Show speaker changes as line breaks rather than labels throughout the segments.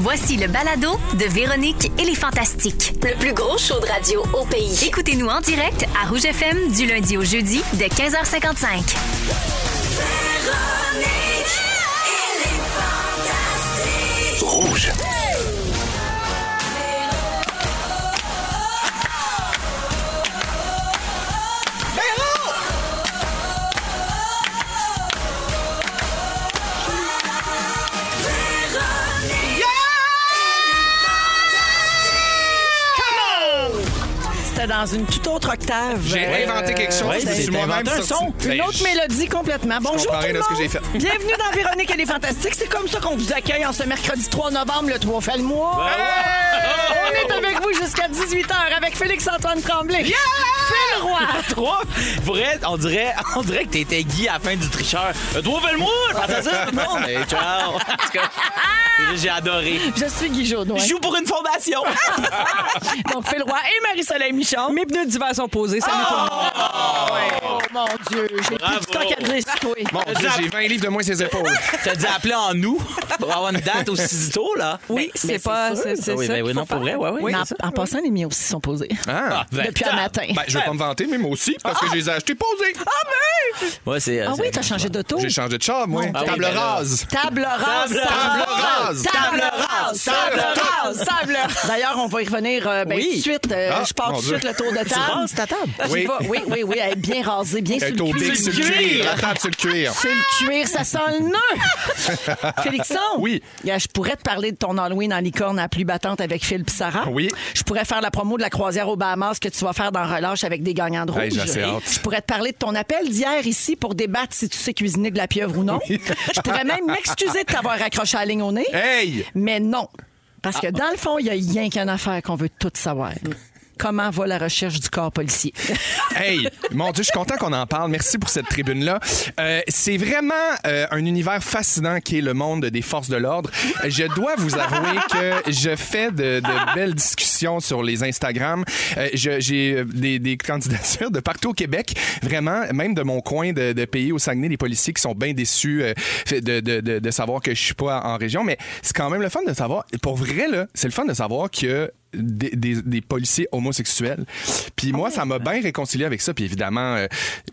Voici le balado de Véronique et les Fantastiques.
Le plus gros show de radio au pays.
Écoutez-nous en direct à Rouge FM du lundi au jeudi de 15h55.
Rouge.
C'était dans une toute autre octave.
J'ai
Euh,
inventé quelque chose.
oui,
je me
t'as
suis
inventé
moi-même
un
sorti-
son.
Ben,
Une autre
je-
mélodie complètement. Bonjour
comprends
tout
rien
le
à ce que
monde.
j'ai fait.
Bienvenue dans Véronique et les Fantastiques. C'est comme ça qu'on vous accueille en ce mercredi 3 novembre, le 3 fait le mois.
Ben
Hey! On est avec vous jusqu'à 18h avec Félix-Antoine Tremblay. Phil Roy.
Trois, vrai, on dirait, on dirait que t'étais Guy à la fin du tricheur. Euh, Trois Velmour, fantastique, tout le monde. Hey, ciao. En tout cas, J'ai adoré.
Je suis Guy Jodoin.
Je joue pour une fondation.
Donc Phil Roy et Marie-Soleil Michon.
Mes pneus d'hiver sont posés. Salut tout le monde.
Oh mon Dieu, j'ai plus de stock à dire, c'est toi.
Mon Dieu, j'ai 20 livres de moins ses épaules.
T'as dit appeler en nous pour avoir une date aussi tôt, là.
Oui,
mais
c'est pas.
c'est
C'est
sûr.
c'est
Ah oui,
ça
ben oui,
qu'il faut
non, pour
faire.
vrai, ouais, oui.
Mais
oui.
en, en passant, les miens aussi sont posés.
Ah.
ben,
Ah, Depuis un matin.
Ben, je vais pas me vanter, mais moi aussi, parce que je les ai achetés posés.
Ouais, c'est.
Ah oui, t'as changé d'auto.
J'ai changé de char, moi.
Mon
Dieu.
Table
Ah oui, ben là.
rase.
Table rase,
Table
sable
rase,
table
table
rase,
rase,
table
table
rase, table rase. D'ailleurs, on va y revenir euh, ben,
Oui.
tout de suite. euh,
Ah,
je pars
mon
tout de
Dieu.
suite le tour de table.
rases ta table?
J'y
Oui.
vais. oui, oui, oui, elle est bien rasée, bien sur
Elle est
le
au
cuir.
dé sur le cuir. La table sur le cuir.
Sur le cuir, ça sent le nœud. Félixon,
Oui.
gars, je pourrais te parler de ton Halloween en licorne à pluie battante avec Phil pis Sarah.
Oui.
Je pourrais faire la promo de la croisière aux Bahamas que tu vas faire dans Relâche avec des gagnants de rouge.
Hey, j'ai assez hâte.
Je pourrais te parler de ton appel d'hier ici pour débattre si tu sais cuisiner de la pieuvre ou non. Je pourrais même m'excuser de t'avoir accroché à la ligne au nez.
Hey! Ah.
Mais non. Parce que dans le fond, il n'y a rien qu'une affaire qu'on veut tout savoir. Comment va la recherche du corps policier?
Hey, mon Dieu, je suis content qu'on en parle. Merci pour cette tribune-là. Euh, c'est vraiment euh, un univers fascinant qui est le monde des forces de l'ordre. Je dois vous avouer que je fais de, de belles discussions sur les Instagram. Euh, je- J'ai euh, des, des candidatures de partout au Québec, vraiment, même de mon coin de, de pays au Saguenay, des policiers qui sont bien déçus euh, de, de- de- de savoir que je suis pas en région. Mais c'est quand même le fun de savoir. Pour vrai, là, c'est le fun de savoir que des, des- des policiers homosexuels. Puis moi, ça m'a bien réconcilié avec ça. Puis évidemment, euh,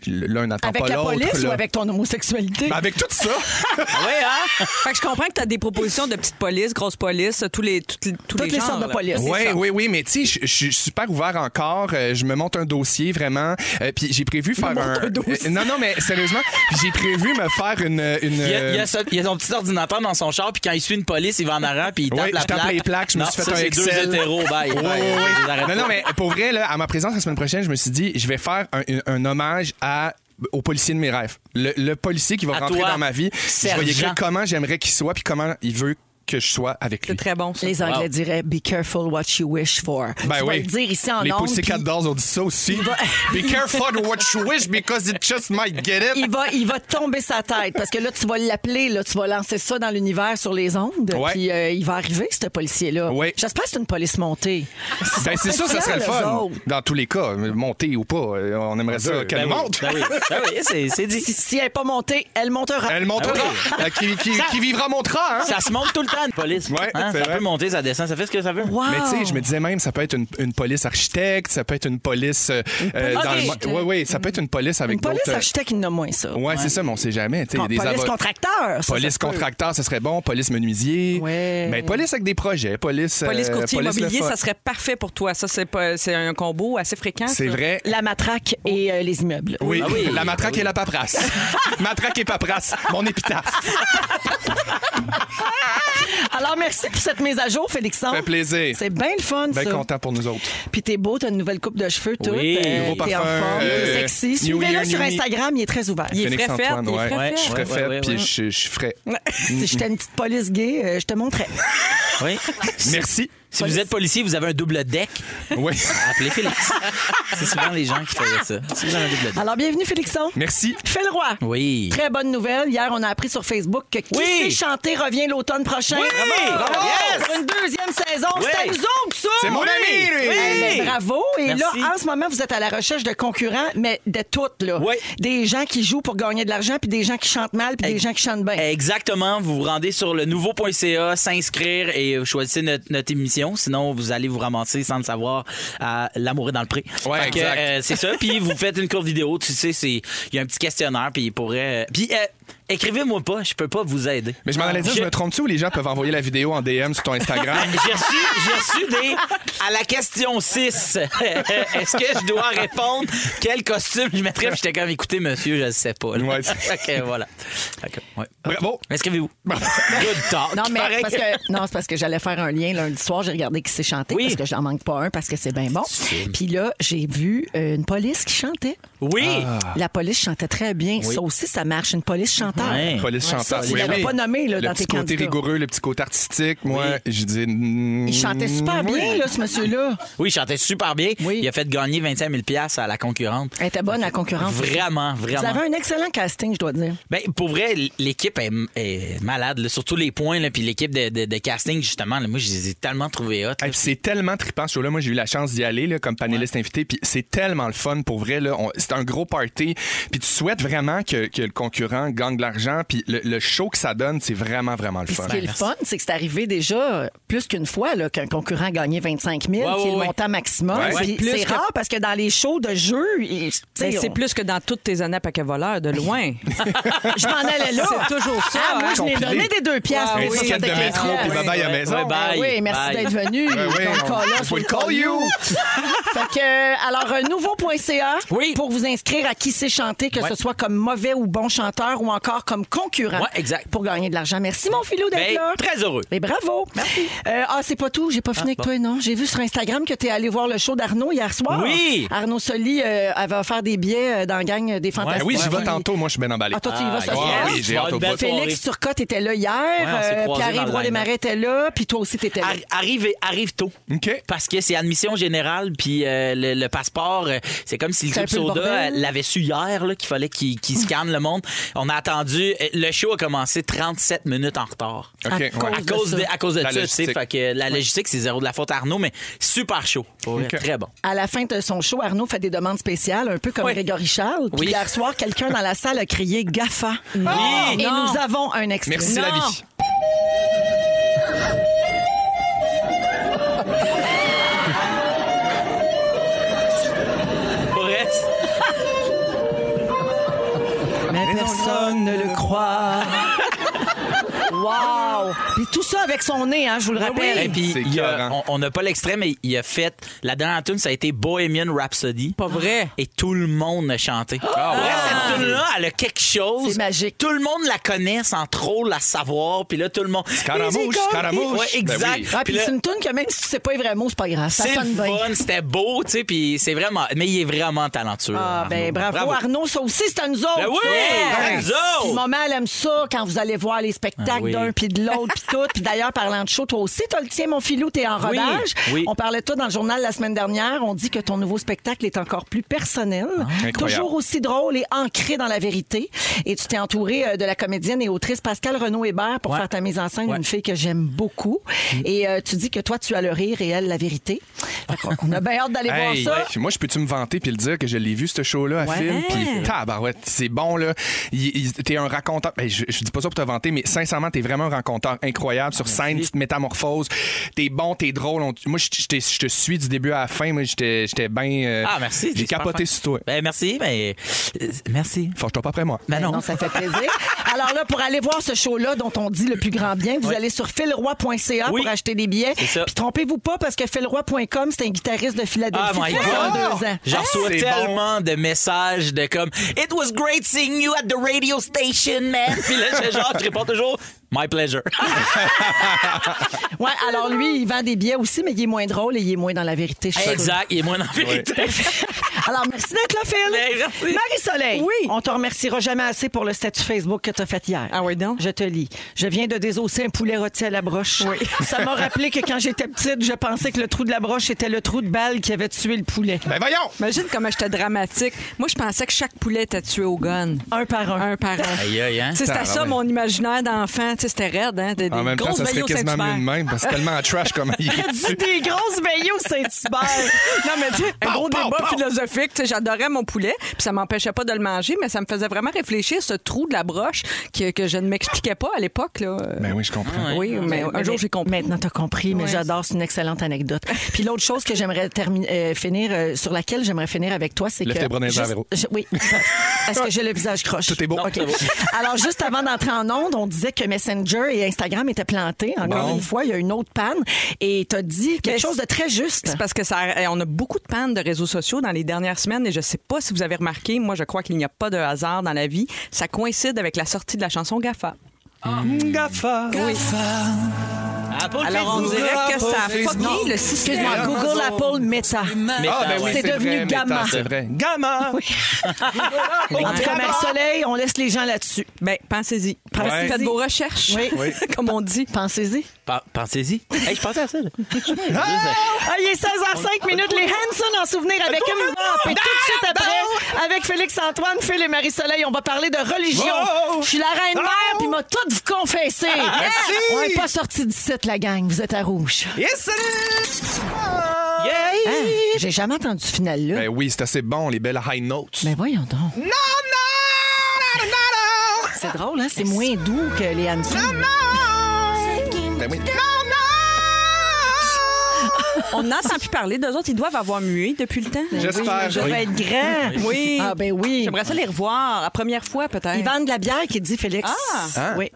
l'un n'attend
Avec
pas
la
l'autre.
police ou
là.
avec ton homosexualité?
Ben, avec tout ça.
Oui, hein?
Fait que je comprends que t'as des propositions de petites polices, grosses polices, tous les, tous les, tous
Toutes les
genres,
sortes de
là.
polices.
Oui,
ça.
oui, oui, mais tu sais, je- je suis super ouvert encore. Euh, Je me monte un dossier vraiment. Euh, puis j'ai prévu faire un. Euh, non, non, mais sérieusement, j'ai prévu me faire une. une
Il y, a, il, y a ce- il y a son petit ordinateur dans son char, puis quand il suit une police, il va en arrière, puis il tape
Oui,
la
je tape
plaque.
les plaques, je me
Non,
suis fait un
ça, c'est
Excel.
deux hétéros, bye.
Ouais,
Bye,
ouais, ouais.
je les arrête
Non, non,
pas.
mais pour vrai, là, à ma présence la semaine prochaine, je me suis dit, je vais faire un, un hommage à au policier de mes rêves. Le, le policier qui va
À
rentrer
toi,
dans ma vie. Je vais y écrire
sergent.
comment j'aimerais qu'il soit puis comment il veut que je sois avec lui.
C'est très bon, ça.
Les Anglais diraient Be careful what you wish for. tu vas le dire ici en
Ben Les
ondes,
Pussycat
puis
Dolls ont dit ça aussi. Be careful what you wish because it just might get it.
Il va, il va tomber sa tête parce que là, tu vas l'appeler, là, tu vas lancer ça dans l'univers sur les ondes,
Ouais.
puis euh, il va arriver, ce policier-là.
Ouais.
J'espère que c'est une police montée.
Ben, c'est ça, ça serait le
Eux
fun.
autres.
Dans tous les cas, monter ou pas, euh, on aimerait ça
Ben
qu'elle
oui,
monte.
ben oui, ben oui, c'est- c'est dit.
Si, si elle n'est pas montée, elle montera.
Elle montera.
Ben
Euh, Qui, qui- qui vivra montera, hein?
Ça se monte tout le temps, une police.
Ouais,
Hein,
c'est
ça
vrai.
peut monter, ça descend, ça fait ce que ça veut.
Wow.
Mais tu sais, je me disais même, ça peut être une, une police architecte, ça peut être une police. euh, euh,
police
dans le mo-
architecte.
ouais, ouais, ça peut être une police avec
Une police
d'autres, euh,
architecte, il y en a moins ça.
Ouais, c'est ça, mais on sait jamais. tu sais, il y a des
police
avocats-
contracteur. ça, ça
Police
se peut.
contracteur, ça serait bon. Police menuisier.
Ouais.
Mais police avec des projets. Police, euh,
Police courtier
police le
immobilier,
fun.
ça serait parfait pour toi. Ça, c'est pas- c'est un combo assez fréquent.
C'est
ça.
vrai.
La matraque et euh, les immeubles.
Oui.
Ah oui.
la matraque et la paperasse. matraque et paperasse, mon épitaphe.
Alors, merci pour cette mise à jour, Félixon.
Ça fait plaisir.
C'est bien le fun,
Bien
ça.
Ben, content pour nous autres.
Puis t'es beau, t'as une nouvelle coupe de cheveux, tout.
Oui, nouveau
t'es en
parfum,
forme,
euh,
t'es sexy.
New
Suivez-le
Year,
sur
New Me.
Instagram, il est très ouvert.
Il est
Phoenix
frais fait,
Antoine,
il est
ouais.
frais
Ouais,
fait.
Je ferais
Ouais,
fait,
ouais, ouais,
puis
ouais.
je, je ferais.
Si j'étais une petite police gay, euh, je te montrais.
Oui.
Merci.
Si vous êtes policier, vous avez un double deck.
Oui.
Appelez Félix. C'est souvent les gens qui font ça. Si vous avez un double deck.
Alors, bienvenue, Félixon.
Merci.
Fais le roi.
Oui.
Très bonne nouvelle. Hier, on a appris sur Facebook que Qui
Oui.
sait chanter revient l'automne prochain.
Oui. Bravo. Yes.
Pour une deuxième saison.
Oui.
C'est à nous autres, ça.
C'est mon ami, lui.
Eh ben, bravo. Et
Merci.
là, en ce moment, vous êtes à la recherche de concurrents, mais de toutes, là.
Oui.
Des gens qui jouent pour gagner de l'argent, puis des gens qui chantent mal, puis des gens qui chantent bien.
Exactement. Vous vous rendez sur le nouveau.ca, s'inscrire et et vous choisissez notre, notre émission. Sinon, vous allez vous ramasser sans le savoir à l'amour est dans le pré.
Ouais,
Fait que,
exact.
euh, c'est ça. Puis vous faites une courte vidéo. Tu sais, c'est il y a un petit questionnaire. Puis il pourrait. Puis euh, écrivez-moi pas. Je peux pas vous aider.
Mais je m'en allais dire, je me trompe-tu ou les gens peuvent envoyer la vidéo en DM sur ton Instagram?
J'ai reçu, j'ai reçu des. À la question 6, est-ce que je dois répondre quel costume je mettrais? Puis j'étais comme, écoutez, monsieur, je ne sais pas. là.
Ouais.
Fait que voilà. Fait que, ouais.
Bravo!
Inscrivez-vous. Good talk.
Non, mais
Pareil.
parce que, non, c'est parce que j'allais faire un lien lundi soir. J'ai regardé qui s'est chanté
Oui.
parce que j'en manque pas un parce que c'est bien bon. Puis là, j'ai vu euh, une police qui chantait.
Oui!
Ah.
La police chantait très bien. Ça aussi, ça marche. Une police chanteur.
Ouais.
Police chanteur.
ça, tu l'avais pas nommé, là,
le
dans
petit
tes
côté
candidats.
rigoureux, le petit côté artistique. Moi, je dis. mm, Il
Il chantait super bien, là, ce monsieur-là.
Oui, il chantait super bien.
Oui.
Il a fait gagner 25 000 à la concurrente.
Elle était bonne, la concurrence.
Vraiment,
Ah, Vous
vraiment.
avez un excellent casting, je dois dire.
Ben, pour vrai, l'équipe est, est malade, là, surtout les points, là, puis l'équipe de, de- de casting, justement. là, moi, je les ai tellement trouvés hot. là.
Hey, puis c'est tellement trippant ce show-là. Moi, j'ai eu la chance d'y aller là, comme panéliste invité. Puis c'est tellement le fun pour vrai. Là. On- c'est un gros party. Puis tu souhaites vraiment que, que le concurrent gagne de l'argent. Puis le, le show que ça donne, c'est vraiment, vraiment le
Puis
fun.
ce qui est le fun, c'est que c'est arrivé déjà euh, plus qu'une fois là, qu'un concurrent gagnait 25 000, qui
Ouais,
est
ouais,
le
ouais.
montant maximum.
Ouais.
Puis
Ouais, plus
c'est
que-
rare parce que dans les shows de jeu, et- tu sais,
Ben, c'est
on-
plus que dans toutes tes années à paquet voleur, de loin.
je m'en allais là.
C'est toujours ça,
Ah, moi, je n'ai
compilé.
donné des deux piastres.
Ah
mais
Un
oui,
ça,
ticket de
c'était
métro,
clair.
puis
ouais,
bye-bye à la
ouais.
maison.
Ouais, bye.
Ah oui, merci
Bye.
d'être venu.
Ouais, ouais,
Donc,
on-
là,
we
faut le
call
call
you.
you. fait que, euh, alors, euh, nouveau.ca
Oui.
pour vous inscrire à qui sait chanter, que
Ouais.
ce soit comme mauvais ou bon chanteur ou encore comme concurrent
Ouais, exact.
pour gagner de l'argent. Merci, mon filou, d'être
Ben,
là.
très heureux.
Et bravo. Merci. ah, c'est pas tout. J'ai pas fini avec toi, non. J'ai vu sur Instagram que tu es allé voir le show d'Arnaud hier soir.
Oui.
Arnaud Soli euh, avait offert des billets euh, dans la gang des Fantastiques.
Ah oui, j'y vais
Puis-
tantôt. Moi, je suis bien emballé.
Ah, toi, tu y vas ce
Ah,
soir?
oui, j'ai hâte au
Ben,
bout.
Félix Turcotte était là hier.
on s'est
euh,
croisés dans
Pierre-Yves
le
Roy Desmarais était là. Puis toi aussi, t'étais là.
Arri- arrive, arrive tôt.
OK.
Parce que c'est admission générale, puis euh, le, le passeport, euh, c'est comme si le
C'est un
club
peu le
soda
bordel.
euh, l'avait su hier, là, qu'il fallait qu'il qu'il scanne le monde. On a attendu. euh, Le show a commencé 37 minutes en retard.
OK,
À
ouais.
cause
À cause
ça.
de, à cause de
La
ça, tu sais,
logistique.
fait que la logistique, c'est zéro de la faute à Arnaud, mais super chaud. Pour vrai,
OK.
Très bon.
À la fin de son show, Arnaud fait des demandes spéciales, un peu comme
Oui.
Grégory Charles. Puis
Oui.
hier soir, quelqu'un dans la salle a crié GAFA.
Oui. Ah,
Et
Non.
nous avons un extrait.
Merci, la vie.
Pour vrai,
Mais personne ne le croit. wow! Puis tout ça avec son nez, hein, je
Ah
vous le rappelle.
Et puis,
C'est
il y a-
écœurant.
on on n'a pas l'extrait, mais il a fait. La dernière tune, ça a été Bohemian Rhapsody.
Pas vrai.
Et tout le monde a chanté.
Ah,
Après, cette tune-là, elle a quelque chose.
C'est magique.
Tout le monde la connaît sans trop la savoir. Puis là, tout le monde.
Scaramouche, scaramouche.
Ouais, exact.
Ben oui.
Ah,
Puis
puis
là,
c'est une tune que même si tu sais pas les vrais mots, c'est pas grave. Ça
c'est
sonne
le
bien.
fun, c'était beau, tu sais, puis c'est vraiment. Mais il est vraiment talentueux. hein.
Ah, ben bravo, Arnaud, ça aussi, c'est à nous autres.
Ben oui,
ça.
à nous autres.
Puis maman, elle aime ça quand vous allez voir les spectacles
Ah oui.
d'un puis de l'autre puis tout. Puis d'ailleurs, parlant de show, toi aussi, t'as le tien, mon filou, t'es en
Oui,
rodage.
oui.
On parlait de toi dans le journal la semaine dernière. On dit que ton nouveau spectacle est encore plus personnel,
Ah,
Incroyable.
toujours aussi drôle et ancré dans la vérité. Et tu t'es entouré euh, de la comédienne et autrice Pascal Renaud Hébert pour
Ouais.
faire ta mise en scène,
Ouais. Mm.
une fille que j'aime beaucoup. Et euh, tu dis que toi, tu as le rire et elle la vérité. On a bien hâte d'aller
Hey,
voir ça.
ouais. Moi, je peux-tu me vanter puis le dire que je l'ai vu, ce show-là, à film? Puis tabarouette, c'est bon, là. Il- il- T'es un raconteur. Ben, je, je dis pas ça pour te vanter, mais sincèrement, t'es vraiment un raconteur incroyable sur scène, petite métamorphose. T'es bon, t'es drôle. On- moi, je, je t'ai- je te suis du début à la fin. Moi, j'étais bien. euh,
Ah, merci.
J'ai
c'est super
capoté
fin.
sur toi.
Ben, merci, mais. euh, Merci.
Forge-toi pas après moi.
Ben non.
Non, ça fait plaisir. Alors là, pour aller voir ce show-là dont on dit le plus grand bien, vous allez sur philroy.ca
Oui.
pour acheter des billets.
C'est ça.
Puis trompez-vous pas parce que philroy.com, c'est un guitariste de Philadelphie.
Ah my
qui a
God!
32 ans.
J'en reçois
c'est
tellement de messages de comme It was great seeing you at the radio station, man. Puis là, je, genre, je réponds toujours My pleasure.
Ouais, alors lui, il vend des billets aussi, mais il est moins drôle et il est moins dans la vérité. je suis sûre.
exact, il est moins dans la vérité.
Alors merci d'être là,
Ben,
Phil.
merci.
Marie-Soleil,
Oui.
on te remerciera jamais assez pour le statut Facebook que tu as fait hier.
Ah oui, donc?
Je te lis. Je viens de désosser un poulet rôti à la broche. Ça m'a rappelé que quand j'étais petite, je pensais que le trou de la broche était le trou de balle qui avait tué le poulet.
Ben voyons!
Imagine comment j'étais dramatique. Moi, je pensais que chaque poulet était tué au gun.
Un par un.
Un par un.
Aïe, aïe, hein?
Tu sais, C'était ça mon imaginaire d'enfant. tu sais, c'était raide, hein? Des, des
Ah, ben En même temps,
grosses
ça serait
maillots
quasiment
Saint-Hubert.
mieux de même, parce que c'est tellement trash comme il est.
Dis des grosses veillées au Saint-Hubert.
Non, mais tu sais, un gros débat philosophique. Tu sais, J'adorais mon poulet, puis ça m'empêchait pas de le manger, mais ça me faisait vraiment réfléchir ce trou de la broche que, que je ne m'expliquais pas à l'époque. là.
Ben oui, je comprends.
oui, mais un jour, j'ai compris.
Maintenant, t'as compris, mais j'adore, c'est une excellente anecdote. Puis l'autre chose que j'aimerais terminer, euh, finir, euh, sur laquelle j'aimerais finir avec toi, c'est que.
Lève tes bras dans les airs, Véro.
je- oui. Est-ce que j'ai le visage croche?
Tout est beau.
OK.
Non, c'est beau.
Alors, juste avant d'entrer en onde, on disait que Messenger et Instagram étaient plantés. Encore
Bon.
une fois, il y a une autre panne. Et t'as dit quelque
Mais
chose de très juste.
C'est parce que ça, eh, on a beaucoup de pannes de réseaux sociaux dans les dernières semaines et je sais pas si vous avez remarqué, moi je crois qu'il n'y a pas de hasard dans la vie. Ça coïncide avec la sortie de la chanson Gafa.
Ah,
Alors on dirait que ça a
Facebook.
fucké le système.
Excuse-moi, Google, Apple, Meta.
Ah, ben oui,
C'est devenu
vrai,
Gamma.
Meta, C'est vrai. Gamma!
En tout cas, Mère Soleil, on laisse les gens là-dessus.
Ben, pensez-y.
Pensez-y.
Faites vos recherches,
Oui.
comme on dit.
Pensez-y.
Par- Pensez-y. Hey, je pensais à ça. là.
Ah, il est 16h05 minutes. Les Hanson en souvenir avec Emma Hop. Et tout de suite après, avec Félix-Antoine, Phil et Marie-Soleil, on va parler de religion.
Wow!
Je suis la reine mère, puis m'a tout vous confessé.
Merci!
On n'est pas sorti d'ici, la gang. Vous êtes à rouge.
Yes, sir!
Ah.
Hein? J'ai jamais entendu ce final-là.
Ben oui, c'est assez bon, les belles high notes.
Mais voyons donc.
Non, non, non, non, non.
C'est drôle, hein? C'est moins doux que les Hanson.
Ben oui.
On n'entend plus parler d'eux autres. Ils doivent avoir mué depuis le temps.
J'espère.
Je vais être grand.
Oui.
Ah, ben oui.
J'aimerais ça les revoir. La première fois, peut-être.
Ils vendent de la bière qui dit Félix.
Ah!
Hein?
Oui.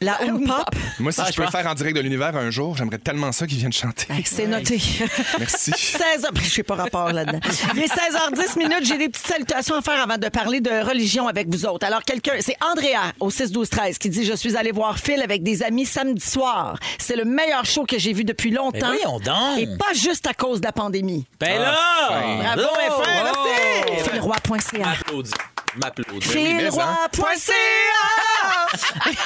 La Home Pop.
Moi, si
Ah,
je
je
peux
pense-
faire en direct de l'univers un jour, j'aimerais tellement ça qu'ils viennent chanter.
C'est noté.
Merci.
16 h Je sais pas rapport là-dedans. Il est 16h10 minutes. J'ai des petites salutations à faire avant de parler de religion avec vous autres. Alors, quelqu'un, c'est Andrea au 6-12-13 qui dit Je suis allé voir Phil avec des amis samedi soir. C'est le meilleur show que j'ai vu depuis longtemps.
Mais Ben voyons donc.
Et pas juste à cause de la pandémie.
Ben là!
Bravo,
Bravo, frère, merci!
Philroy.ca.
M'applaudis.
Ben
M'applaudis.
hein.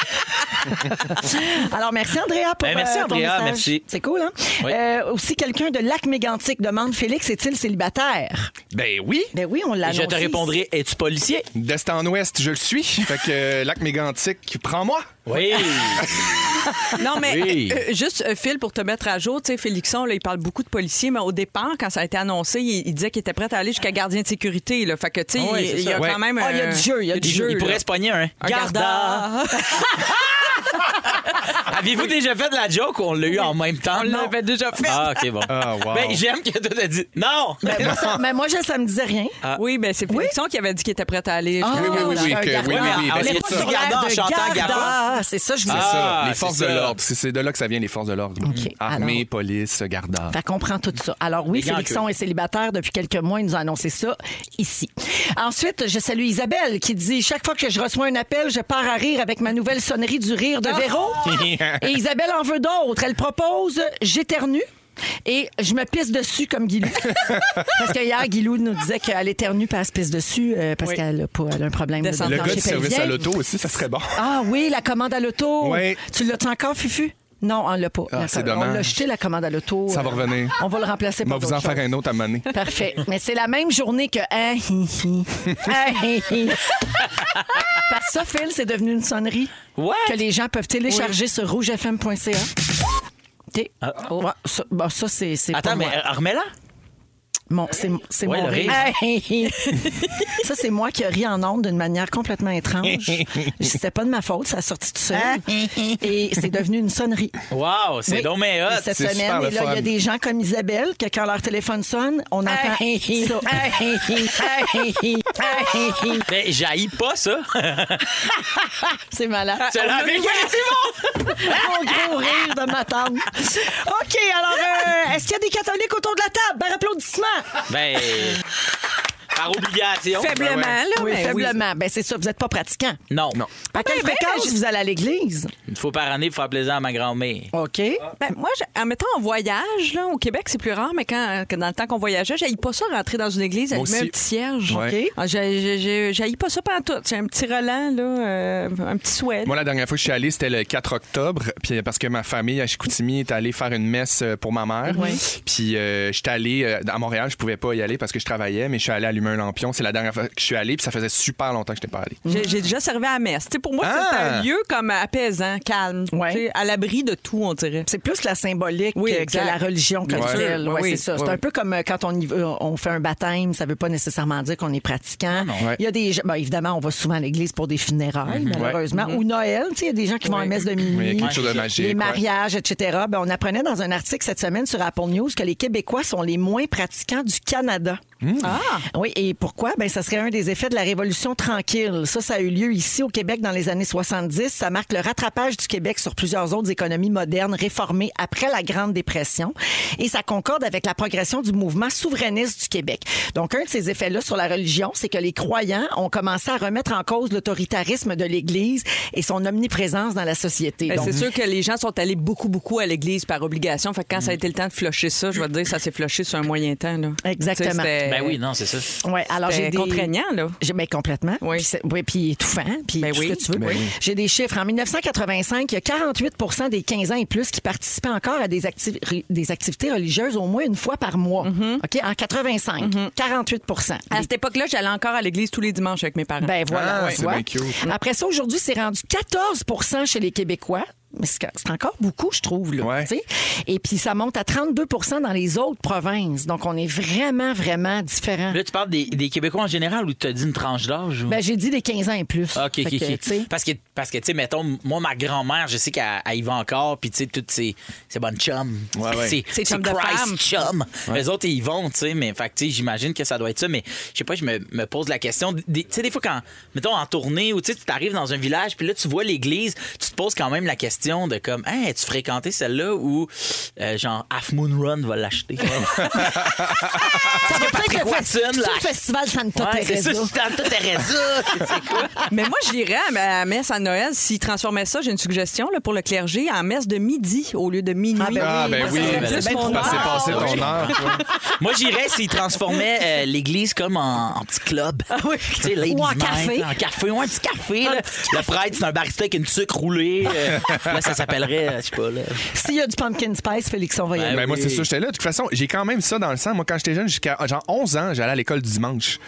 Philroy.ca. Alors, merci, Andrea, pour
Ben, merci,
euh, ton
Andrea,
message.
merci.
C'est cool, hein?
Oui.
Euh, aussi, quelqu'un de Lac-Mégantic demande Félix, est-il célibataire?
Ben oui.
Ben oui, on
Et
l'a
Je te répondrai, es-tu policier?
D'est en ouest, je le suis. Fait que euh, lac mégantic, prends-moi.
Oui.
Non, mais
Oui.
euh, euh, juste, euh, Phil, pour te mettre à jour, tu sais, Félixon, là, il parle beaucoup de policiers, mais au départ, quand ça a été annoncé, il, il disait qu'il était prêt à aller jusqu'à gardien de sécurité. Là. Fait que, tu sais,
Ah oui,
il,
c'est
il y a
ça.
quand même.
Ah, il y a
euh,
du jeu, il y a du
Il,
jeu.
il pourrait se pogner un.
un Garda.
Avez-vous déjà fait de la joke ou on l'a eu en même temps?
On
Non.
l'avait déjà fait.
Ah, OK, bon.
Ah, wow.
Ben, j'aime que toi, t'as dit non!
Ben, moi, ça, ben, moi, je- ça me disait rien.
Oui, ben c'est Félixon qui avait dit qu'il était prêt à aller.
Ah,
Ah. Oui, oui, oui, oui,
un
que-
Garda.
oui, oui, oui, ben,
Mais
c'est
pas
ça.
sur
Garda
l'air
en
de
chantant
Garda.
Gaffa.
C'est ça, je vous
C'est
ça.
ça,
Ah,
les forces
c'est
de
ça.
l'ordre. C'est- C'est de là que ça vient, les forces de l'ordre.
OK,
Armée,
alors.
police, garda.
Fait qu'on prend tout ça. Alors oui,
Les gants
Félixon
queues.
est célibataire depuis quelques mois. Il nous a annoncé ça ici. Ensuite, je salue Isabelle qui dit « Chaque fois que je reçois un appel, je pars à rire avec ma nouvelle sonnerie du rire de Véro. Et Isabelle en veut d'autres. Elle propose « J'éternue ». Et je me pisse dessus comme Guilou. parce que hier, Guilou nous disait qu'elle éternue parce qu'elle se pisse dessus euh, parce
Oui.
qu'elle a, pas- elle a un problème de
Descente
Le
Non,
gars
chez
du service à
Pellevielle.
l'auto aussi, ça serait bon.
Ah oui, la commande à l'auto.
Ouais.
Tu l'as-tu encore, Fufu? Non, on l'a pas.
Ah,
La
c'est
com- On
dommage.
l'a jeté, la commande à l'auto.
Ça va
Euh,
revenir.
On va le remplacer
On va
par
vous en faire un autre à maner.
Parfait. Mais c'est la même journée que... Ah, hi, hi. Ah, hi, hi. Par ça, Phil, c'est devenu une sonnerie
What?
que les gens peuvent télécharger sur rougefm.ca. T- Ouais, ça, bon, ça, c'est c'est pas
Ah. Attends, mais
moi.
remets-la.
Mon- c'est c'est
Ouais,
mon
le
rire.
rire.
Ah, hi, hi. ça, c'est moi qui ai ri en ondes d'une manière complètement étrange. C'était pas de ma faute, ça a sorti tout seul. Et c'est devenu une sonnerie.
Wow, c'est
Oui.
donc mais
Et Cette
c'est
semaine,
super le
et là, il y
fun.
a des gens comme Isabelle que quand leur téléphone sonne, on entend ça.
Ben, j'haïs pas ça.
C'est malade.
C'est la vérité,
Gros, gros rire de ma tante. OK, alors, euh, est-ce qu'il y a des catholiques autour de la table? Par applaudissement.
Ben, par obligation.
Ah,
Faiblement,
Ben
là.
Oui,
mais
faiblement. Ben, c'est ça, vous n'êtes pas pratiquant.
ouais. Non. Non.
À quelle
ben,
fréquence vous allez à l'église?
Une fois par année pour faire plaisir à ma grand-mère.
OK.
Ben, moi, je- en mettant en voyage, là, au Québec, c'est plus rare, mais quand, que dans le temps qu'on voyageait, j'aille pas ça rentrer dans une église,
Moi
allumer un
aussi.
petit cierge.
Ouais.
Ah, j'ai- j'ai- j'ai- J'haïs pas ça pendant tout. C'est un petit relent, là, euh, un petit souhait.
Moi, la dernière fois que je suis allé, c'était le 4 octobre, puis parce que ma famille à Chicoutimi est allée faire une messe euh, pour ma mère. Puis euh, j'étais allé euh, à Montréal, je pouvais pas y aller parce que je travaillais, mais je suis allé allumer allumé un lampion. C'est la dernière fois que je suis allé, puis ça faisait super longtemps que je n'étais pas allé.
J'ai j'ai déjà servi à la messe. Tu sais, pour moi, c'est
Mm. Ah!
un lieu comme apaisant, calme,
Ouais.
tu sais, à l'abri de tout, on dirait.
C'est plus la symbolique
Oui,
que, que
exact.
la religion comme
Ouais.
telle.
Oui,
Ouais,
oui.
c'est ça. C'est
Oui,
un
oui.
peu comme euh, quand on, y va- on fait un baptême, ça ne veut pas nécessairement dire qu'on est pratiquant.
Ouais.
Il y a des gens- bon, évidemment, on va souvent à l'église pour des funérailles, malheureusement. Ou Noël, tu sais, il y a des gens qui vont à la messe de minuit.
Oui,
Mm.
quelque chose de magique.
Les
ouais.
mariages, etc. Ben, on apprenait dans un article cette semaine sur Apple News que les Québécois sont les moins pratiquants du Canada.
Hmm.
Ah!
Oui, et pourquoi? Ben, ça serait un des effets de la Révolution tranquille. Ça, ça a eu lieu ici au Québec dans les années 70. Ça marque le rattrapage du Québec sur plusieurs autres économies modernes réformées après la Grande Dépression. Et ça concorde avec la progression du mouvement souverainiste du Québec. Donc, un de ces effets-là sur la religion, c'est que les croyants ont commencé à remettre en cause l'autoritarisme de l'Église et son omniprésence dans la société.
Ben,
Donc,
C'est sûr que les gens sont allés beaucoup, beaucoup à l'église par obligation. Fait que quand
Mm.
ça a été le temps de flusher ça, je vais te dire, ça s'est flushé sur un moyen temps. Là.
Exactement.
Tu sais, c'était-
Euh,
Ben oui, non, c'est ça.
Ouais, alors j'ai
C'était
des...
contraignant, là.
J'ai- ben, complètement.
Oui.
Puis, c'est- oui, puis étouffant, puis
Ben
tout
oui.
ce que tu veux.
Ben oui.
J'ai des chiffres. En 1985, il y a 48 des 15 ans et plus qui participaient encore à des, activi- ri- des activités religieuses au moins une fois par mois.
Mm-hmm.
OK? En 85, 48
À cette époque-là, j'allais encore à l'église tous les dimanches avec mes parents.
Ben voilà,
Ah,
tu
c'est
vois.
bien cute.
Après ça, aujourd'hui, c'est rendu 14 chez les Québécois. Mais c'est c'est encore beaucoup, je trouve. Là,
Ouais.
tu sais. Et puis, ça monte à 32 dans les autres provinces. Donc, on est vraiment, vraiment différents.
Là, tu parles des, des Québécois en général ou tu as dit une tranche d'âge? ou-
Ben, j'ai dit les 15 ans et plus.
Mm. Ah, OK,
Fait
OK,
que,
OK.
tu sais,
Parce que, parce que tu sais, mettons, moi, ma grand-mère, je sais qu'elle elle y va encore, puis tu sais, toutes ses, ses bonnes chums.
Ouais, ouais.
C'est
Ses
c'est
chums de
Christ
femme.
chum. Les autres, ils y vont, tu sais, mais fait que, tu sais, j'imagine que ça doit être ça, mais je sais pas, je me, me pose la question. Des- Tu sais, des fois, quand, mettons, en tournée, ou tu sais, tu arrives dans un village, puis là, tu vois l'église, tu te poses quand même la question de comme, hey, tu fréquenté celle-là ou, euh, genre, Half Moon Run va l'acheter?
Ça veut dire
Patrick
Ah, que le fes-
Watson,
c'est
là.
le festival Santa
Ouais, c'est
Teresa.
ça, c'est Santa Teresa. C'est- c'est quoi?
Mais moi, j'irais à la messe à Noël. S'ils transformaient ça, j'ai une suggestion là, pour le clergé, en messe de midi au lieu de minuit.
Ah, ben
Moi,
oui,
ça serait
ben,
plus
c'est
mon
ben, c'est
heure.
passé
Oui.
ton heure. toi.
Moi, j'irais s'ils transformaient euh, l'église comme en, en petit club. Tu sais, ladies'
Ou en
night,
café.
là, En café, ou un petit café. là. Le prêtre, c'est un barista avec une sucre roulée. euh, là, ça s'appellerait, euh, je sais pas, là.
S'il y a du pumpkin spice, Félixon va y
Ah
aller.
Ben, moi,
oui.
c'est ça, j'étais là. De toute façon, j'ai quand même ça dans le sang. Moi, quand j'étais jeune, jusqu'à genre 11 ans, j'allais à l'école du dimanche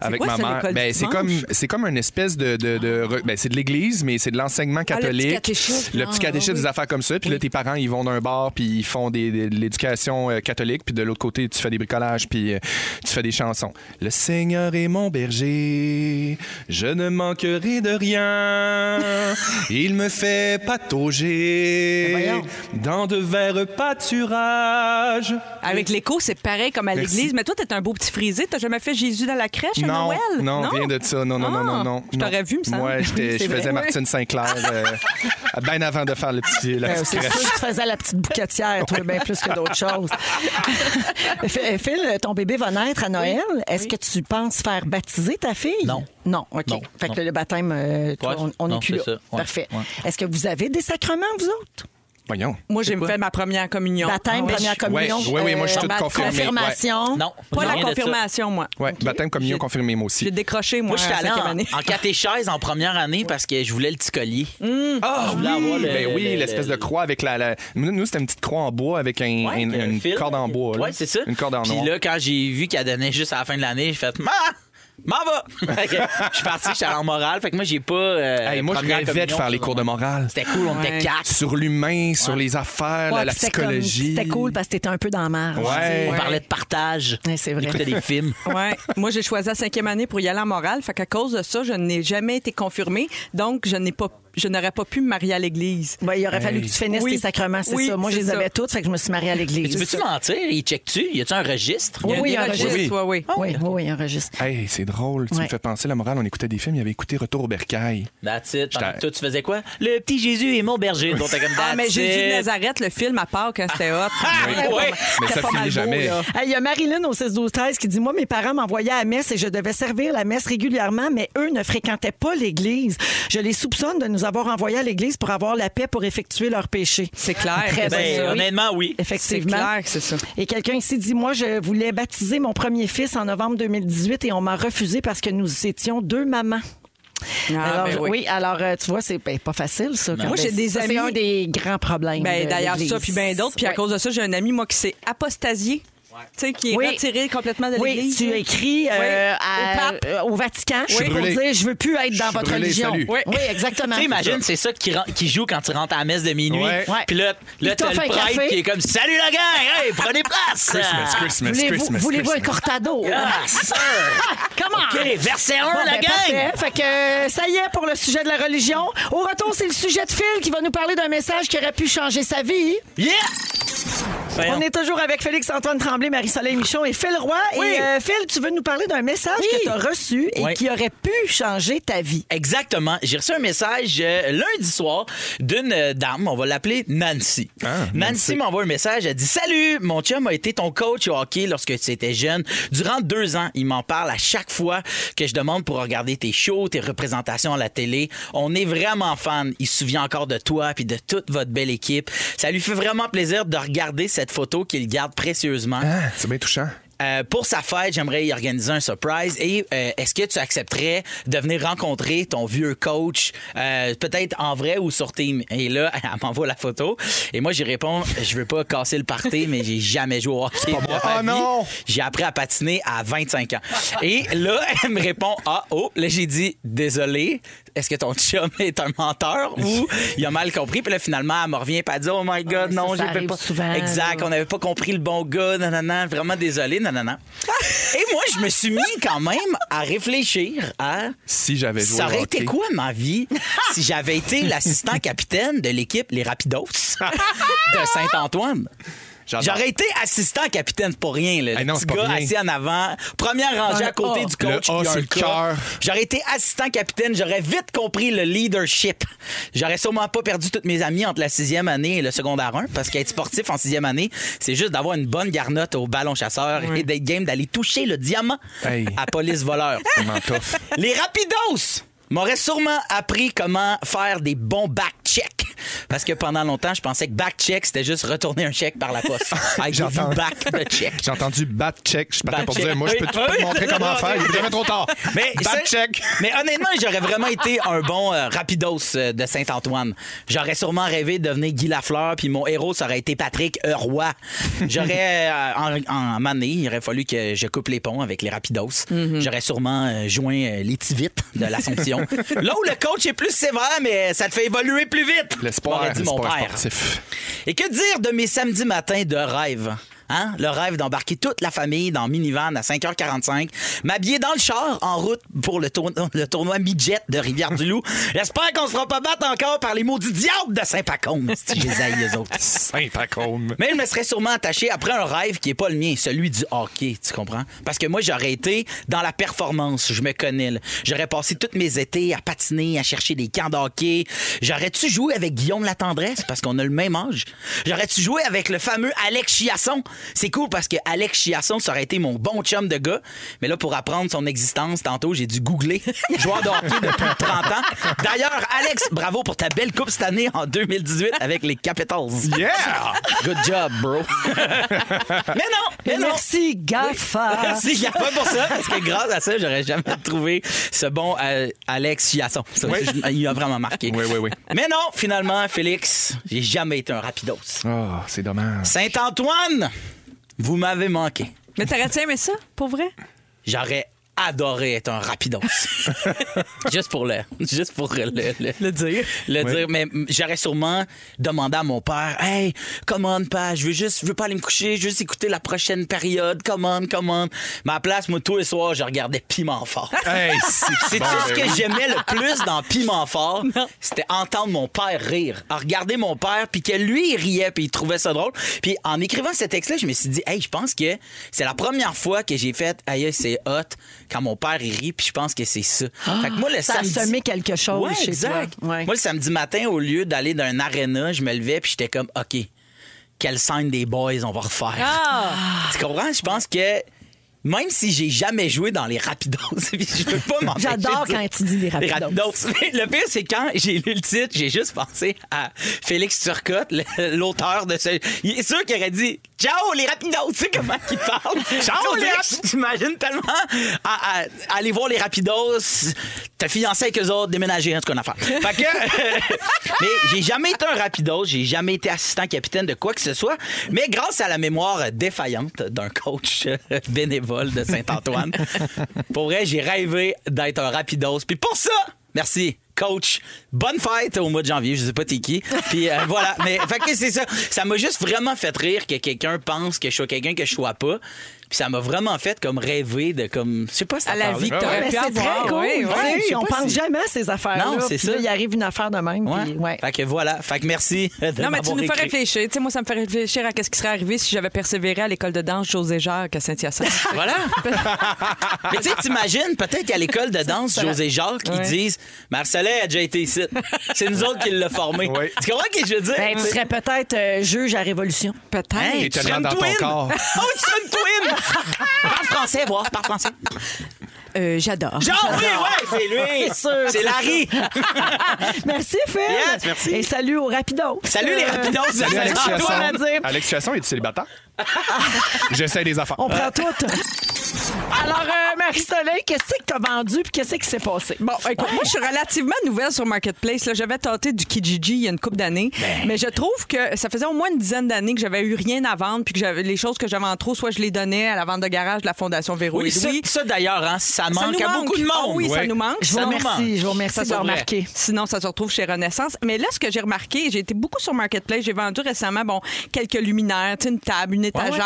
avec
quoi,
ma
ça,
mère.
l'école du
Ben, c'est comme,
dimanche?
c'est comme une espèce de. de, de re- ben, c'est de l'église, mais c'est de l'enseignement
Ah, le petit
catholique.
catéchisme.
Le petit
Ah,
catéchisme,
oui.
des affaires comme ça. Puis là, tes parents, ils vont d'un bar, puis ils font des, des- de l'éducation euh, catholique. Puis de l'autre côté, tu fais des bricolages, puis euh, tu fais des chansons. Le Seigneur est mon berger, je ne manquerai de rien. Il me fait patauger
Ben
Voyons.
dans de verts pâturages.
Avec l'écho, c'est pareil comme à
Merci.
l'église. Mais toi, t'es un beau petit frisé. T'as jamais fait Jésus dans la crèche à
Non,
Noël? Ah,
non, rien de ça. Non, non, non, non, non.
Je t'aurais vu, me semble.
Moi, j'étais- je
C'est
faisais
vrai.
Martine Sinclair euh, bien avant de faire le petit, la
Ben,
petite
C'est sûr
crèche.
que tu faisais la petite bouquetière, toi, bien plus que d'autres choses. F- Phil, ton bébé va naître à Noël. Est-ce que tu penses faire baptiser ta fille?
Non.
Non, OK.
Non,
Fait que
non.
le baptême, euh, toi,
Ouais,
on- on
non,
n'est plus là.
c'est ça. Ouais,
Parfait.
ouais.
Est-ce que vous avez des sacrements, vous autres?
Voyons.
Moi, j'ai fait ma première communion.
Baptême,
Ah ouais.
première communion,
Ouais, ouais, ouais, moi, je suis
euh,
toute confirmée,
confirmation.
Non.
Pas
rien
la
de ça.
confirmation, moi.
Ouais, baptême communion
J'ai-
confirmé, moi aussi.
J'ai décroché, moi,
Moi, j'étais
en
allé
cinquième année.
en, en catéchèse en première année parce que je voulais le petit collier.
Ah
voulais avoir le-
Ben oui,
euh, le-
l'espèce de
le-
croix avec la. la- Nous, nous, c'était une petite croix en bois avec un,
Ouais,
un-
avec un
une
euh, fil.
corde en bois. là.
Ouais, c'est ça.
Une corde en
Puis
noir.
là, quand j'ai vu qu'elle donnait juste à la fin de l'année, j'ai fait Ma! M'en va! Fait que Je suis parti, j'étais en morale. Fait que moi, j'ai pas. euh,
Hey, moi, je
première
rêvais de
communion,
faire les
ça,
cours de
vraiment.
morale.
C'était cool, on
Ouais.
était quatre.
Sur l'humain, sur les affaires,
Ouais,
la, la
puis c'était comme-
psychologie.
C'était cool parce que t'étais un peu dans la marge.
Ouais.
On parlait de partage.
Ouais, c'est vrai.
On écoutait des films.
Ouais. Moi, j'ai choisi la cinquième année pour y aller en morale. Fait qu'à cause de ça, je n'ai jamais été confirmée. Donc, je n'ai pas, je n'aurais pas pu me marier à l'église.
Ouais, Ben, il aurait fallu que tu finisses
Oui.
tes sacrements, c'est
Oui,
ça. Moi, je
c'est
les
ça.
avais toutes, fait que je me suis mariée à
Mais tu
l'église.
peux-tu mentir? Il check-tu? Y a-tu un registre?
Oui, oui,
Il y
un
a des
registre. Ah,
registres, oui, oui.
Oui, oui, oui, un registre.
bah.
Hey, c'est drôle. Tu
Ouais.
me fais penser la morale. On écoutait des films. Il avait écouté Retour au bercail.
That's it. Pendant
J'étais-
que Toi, tu faisais quoi? Le petit Jésus est mon berger. Donc, t'es comme That's
Ah, mais
it. Ah,
Jésus de Nazareth, le film à part quand c'était hot.
Ouais.
Mais ça finit jamais.
Hey, Il y a Marilyn au 16 12 13 qui dit Moi, mes parents m'envoyaient à la messe et je devais servir la messe régulièrement, mais eux ne fréquentaient pas l'église. Je les soupçonne de nous avoir envoyés à l'église pour avoir la paix pour effectuer leurs péchés.
C'est clair.
Très
c'est
bien.
Ben,
ça.
Oui.
honnêtement, oui.
C'est
Effectivement.
clair que c'est ça.
Et quelqu'un ici dit Moi, je voulais baptiser mon premier fils en novembre 2018 et on m'a refusé parce que nous étions deux mamans.
Ah,
alors,
ben
oui. alors euh, tu vois, c'est ben, pas facile, ça. quand
Moi,
même.
j'ai des
Ça, C'est
amis-
un des grands problèmes.
Ben,
de
d'ailleurs,
euh, l'Église.
ça, puis bien d'autres. Puis à
Ouais.
cause de ça, j'ai un ami, moi, qui s'est apostasié tu sais, qui est
Oui.
retiré complètement de
Oui,
l'Église.
tu écris euh,
Oui,
à-
au pape.
euh, au Vatican
suis
pour
brûlé.
dire je veux plus être
Je
dans
suis
votre
brûlé,
religion.
salut.
Oui, exactement.
Tu sais, imagine, c'est ça qui, ren- qui joue quand tu rentres à la messe de minuit.
Ouais.
Ouais.
Puis là,
Il
là t'as le
t'offre un café.
prêtre qui est comme Salut la gang, hey, prenez place.
Christmas, Christmas,
Voulez-vous
Christmas.
voulez-vous un
Christmas.
cortado?
Ah, sir.
Come on!
OK, verset 1,
Bon,
la
ben,
gang.
parfait. Fait que euh, ça y est pour le sujet de la religion. Au retour, c'est le sujet de Phil qui va nous parler d'un message qui aurait pu changer sa vie.
Yeah!
On est toujours avec Félix-Antoine Tremblay, Marie-Soleil Michon et Phil Roy.
Oui.
Et euh, Phil, tu veux nous parler d'un message
Oui.
que tu as reçu et
Oui.
qui aurait pu changer ta vie.
Exactement. J'ai reçu un message euh, lundi soir d'une euh, dame, on va l'appeler Nancy.
Ah,
Nancy, m'envoie un message, elle dit Salut, mon chum a été ton coach au hockey lorsque tu étais jeune. Durant deux ans, il m'en parle à chaque fois que je demande pour regarder tes shows, tes représentations à la télé. On est vraiment fan. Il se souvient encore de toi puis de toute votre belle équipe. Ça lui fait vraiment plaisir de regarder cette photo qu'il garde précieusement.
Ah, c'est bien touchant.
Euh, pour sa fête, j'aimerais y organiser un surprise. Et euh, est-ce que tu accepterais de venir rencontrer ton vieux coach, euh, peut-être en vrai ou sur Team? Et là, elle m'envoie la photo. Et moi, j'y réponds, je veux pas casser le party, mais j'ai jamais joué au hockey. de
moi.
ma
Oh
vie.
non!
J'ai appris à patiner à 25 ans. Et là, elle me répond, ah, oh, là, j'ai dit, désolé, est-ce que ton chum est un menteur ou il a mal compris? Puis là, finalement, elle me revient pas dire, oh my God,
mais ça,
non,
ça
j'ai
arrive
pas.
souvent,
exact,
là.
on n'avait pas compris le bon gars, nanana, vraiment désolé, nanana. Et moi, je me suis mis quand même à réfléchir à
Si j'avais joué
ça
au
aurait
hockey.
été quoi ma vie si j'avais été l'assistant capitaine de l'équipe Les Rapidos de Saint-Antoine?
J'adore.
J'aurais été assistant capitaine c'est pas rien là,
Ah
le
non,
petit
c'est pas
gars
rien.
assis en avant, première rangée
Dans
à côté
le A.
du coach.
Le A,
qui a
c'est
un
le
cas.
cœur.
J'aurais été assistant capitaine, j'aurais vite compris le leadership. J'aurais sûrement pas perdu toutes mes amies entre la sixième année et le secondaire 1, parce qu'être sportif en sixième année, c'est juste d'avoir une bonne garnotte au ballon chasseur et d'être game d'aller toucher le diamant
Hey.
à police voleur.
Tellement tough.
Les Rapidos m'auraient sûrement appris comment faire des bons back-checks. Parce que pendant longtemps, je pensais que back-check, c'était juste retourner un chèque par la poste. I give you
J'entends.
back the check.
J'ai entendu bat check. Je partais
Bat
pour
check.
dire, moi, je peux
Oui.
tu peux te
Oui.
montrer comment faire. Il est jamais trop tard.
Mais
bat
c'est-
check.
Mais honnêtement, j'aurais vraiment été un bon euh, rapidos euh, de Saint-Antoine. J'aurais sûrement rêvé de devenir Guy Lafleur, puis mon héros, ça aurait été Patrick Roy. J'aurais, euh, en, en mané, il aurait fallu que je coupe les ponts avec les rapidos.
Mhm.
J'aurais sûrement euh, joint euh, les tivites de l'Assomption. Là où le coach est plus sévère, mais ça te fait évoluer plus vite.
L'espoir,
m'aurait dit mon
l'espoir
père.
sportif.
Et que dire de mes samedis matins de rêve? Hein? Le rêve d'embarquer toute la famille dans minivan à 5h45, m'habiller dans le char en route pour le, tour- le tournoi midget de Rivière-du-Loup. J'espère qu'on se fera pas battre encore par les maudits diables de Saint-Pacôme, si je les haïs, eux autres.
Saint-Pacôme.
Mais je me serais sûrement attaché après un rêve qui est pas le mien, celui du hockey, tu comprends? Parce que moi, j'aurais été dans la performance, je me connais. là. J'aurais passé tous mes étés à patiner, à chercher des camps de hockey. J'aurais-tu joué avec Guillaume La Tendresse, parce qu'on a le même âge? J'aurais-tu joué avec le fameux Alex Chiasson? C'est cool parce que Alex Chiasson, ça aurait été mon bon chum de gars. Mais là, pour apprendre son existence, tantôt, j'ai dû googler joueur de hockey depuis 30 ans. D'ailleurs, Alex, bravo pour ta belle coupe cette année en 2018 avec les Capitals.
Yeah!
Good job, bro. mais non, mais
Et
non. Ah.
merci, GAFA.
Merci, il y a pas pour ça, parce que grâce à ça, j'aurais jamais trouvé ce bon euh, Alex Chiasson. Ça,
Oui.
je- Il a vraiment marqué.
Oui, oui, oui.
Mais non, finalement, Félix, j'ai jamais été un rapidos.
Oh, c'est dommage.
Saint-Antoine, vous m'avez manqué.
Mais t'aurais-tu aimé ça, pour vrai?
J'aurais adoré être un rapidos. juste pour le... Juste pour le... le-
Le dire.
le dire, mais mm, j'aurais sûrement demandé à mon père, hey, commande pas, je veux juste, je veux pas aller me coucher, je veux juste écouter la prochaine période, commande, commande. Ma place, moi, tous les soirs, je regardais Piment Fort.
Hey,
C'est
bon,
tout
ben
ce que
oui.
j'aimais le plus dans Piment Fort, c'était entendre mon père rire, à regarder mon père, puis que lui il riait, puis il trouvait ça drôle. Puis en écrivant ce texte-là, je me suis dit, hey, je pense que c'est la première fois que j'ai fait, aïe, c'est hot quand mon père il rit, puis je pense que c'est ça. fait que moi le
Ah, ça a
samedi-
semé quelque chose
Ouais,
chez
exact.
toi. Ouais.
Moi, le samedi matin, au lieu d'aller dans un aréna, je me levais puis j'étais comme, OK, quelle scène des boys on va refaire?
Ah,
Tu comprends? Je pense que même si j'ai jamais joué dans les Rapidos, puis je peux pas m'empêcher
J'adore
de dire
quand tu dis les
les
rapidos.
Rapidos. Mais le pire, c'est quand j'ai lu le titre, j'ai juste pensé à Félix Turcotte, le- l'auteur de ce. Il est sûr qu'il aurait dit Ciao, les rapidos, tu sais comment ils parlent? Ciao, les rapidos! J'imagine tellement à- à- aller voir les rapidos, ta fiancée avec eux autres, déménager, en tout cas, une affaire. Fait que, mais j'ai jamais été un rapidos, j'ai jamais été assistant capitaine de quoi que ce soit, mais grâce à la mémoire défaillante d'un coach euh, bénévole de Saint-Antoine, pour vrai, j'ai rêvé d'être un rapidos. Puis pour ça, merci. Coach, bonne fête au mois de janvier, je sais pas t'es qui. Puis euh, voilà, mais fait que c'est ça. Ça m'a juste vraiment fait rire que quelqu'un pense que je sois quelqu'un que je sois pas. Puis ça m'a vraiment fait comme rêver de comme je sais pas ça
À la
parle.
vie que t'aurais
Mais
pu
c'est
avoir.
très cool.
Oui,
tu
oui.
sais,
je sais
on
pas
pense
si-
jamais à ces affaires-là.
Non, c'est
Puis
ça.
là, il arrive une affaire de même.
Ouais.
puis ouais.
Fait que voilà, fait que merci. de
Non, mais tu
m'avoir
nous fais
écrit.
réfléchir. Tu sais, moi, ça me fait réfléchir à ce qui serait arrivé si j'avais persévéré à l'école de danse José Jacques à Saint-Hyacinthe.
Voilà. mais tu sais, t'imagines, peut-être qu'à l'école de danse, José Jacques,
Ouais.
ils disent Marcelet a déjà été ici. C'est nous autres qui l'a formé.
Ouais.
Tu comprends ce que je veux dire?
Ben, tu serais peut-être euh, juge à Révolution.
Peut-être.
Hein?
Hey,
Et te
tu serais
rends
une
dans ton
twin.
corps.
Oh, tu serais une twin! parle français, voir, parle français.
Euh, J'adore.
Genre, Ah oui, ouais, c'est lui!
C'est sûr,
C'est
c'est
Larry!
Merci, Phil.
Ah. Yes, merci.
Et salut au Rapido.
Salut les rapidos!
Salut,
Salut,
Alex
Antoine
Chasson.
à dire.
Alex Chasson, est célibataire? J'essaie des affaires.
On prend tout. Alors, euh, Marie-Soleil, qu'est-ce que t'as vendu puis qu'est-ce qui s'est passé?
Bon, écoute, moi, je suis relativement nouvelle sur Marketplace. Là, j'avais tenté du Kijiji il y a une couple d'années,
Ben.
mais je trouve que ça faisait au moins une dizaine d'années que j'avais eu rien à vendre, puis que j'avais- les choses que j'avais en trop, soit je les donnais à la vente de garage de la Fondation Véro
Oui,
et
ça,
Louis.
ça, d'ailleurs, hein, ça
Ça
manque
nous
à beaucoup de monde.
Ah oui, ça
Ouais.
nous manque.
Je vous
Ça nous
remercie.
manque.
Je vous remercie
Ça,
de
c'est
le
vrai.
remarquer.
Sinon, ça se retrouve chez Renaissance. Mais là, ce que j'ai remarqué, j'ai été beaucoup sur Marketplace. J'ai vendu récemment, bon, quelques luminaires, tu sais, une table, une étagère.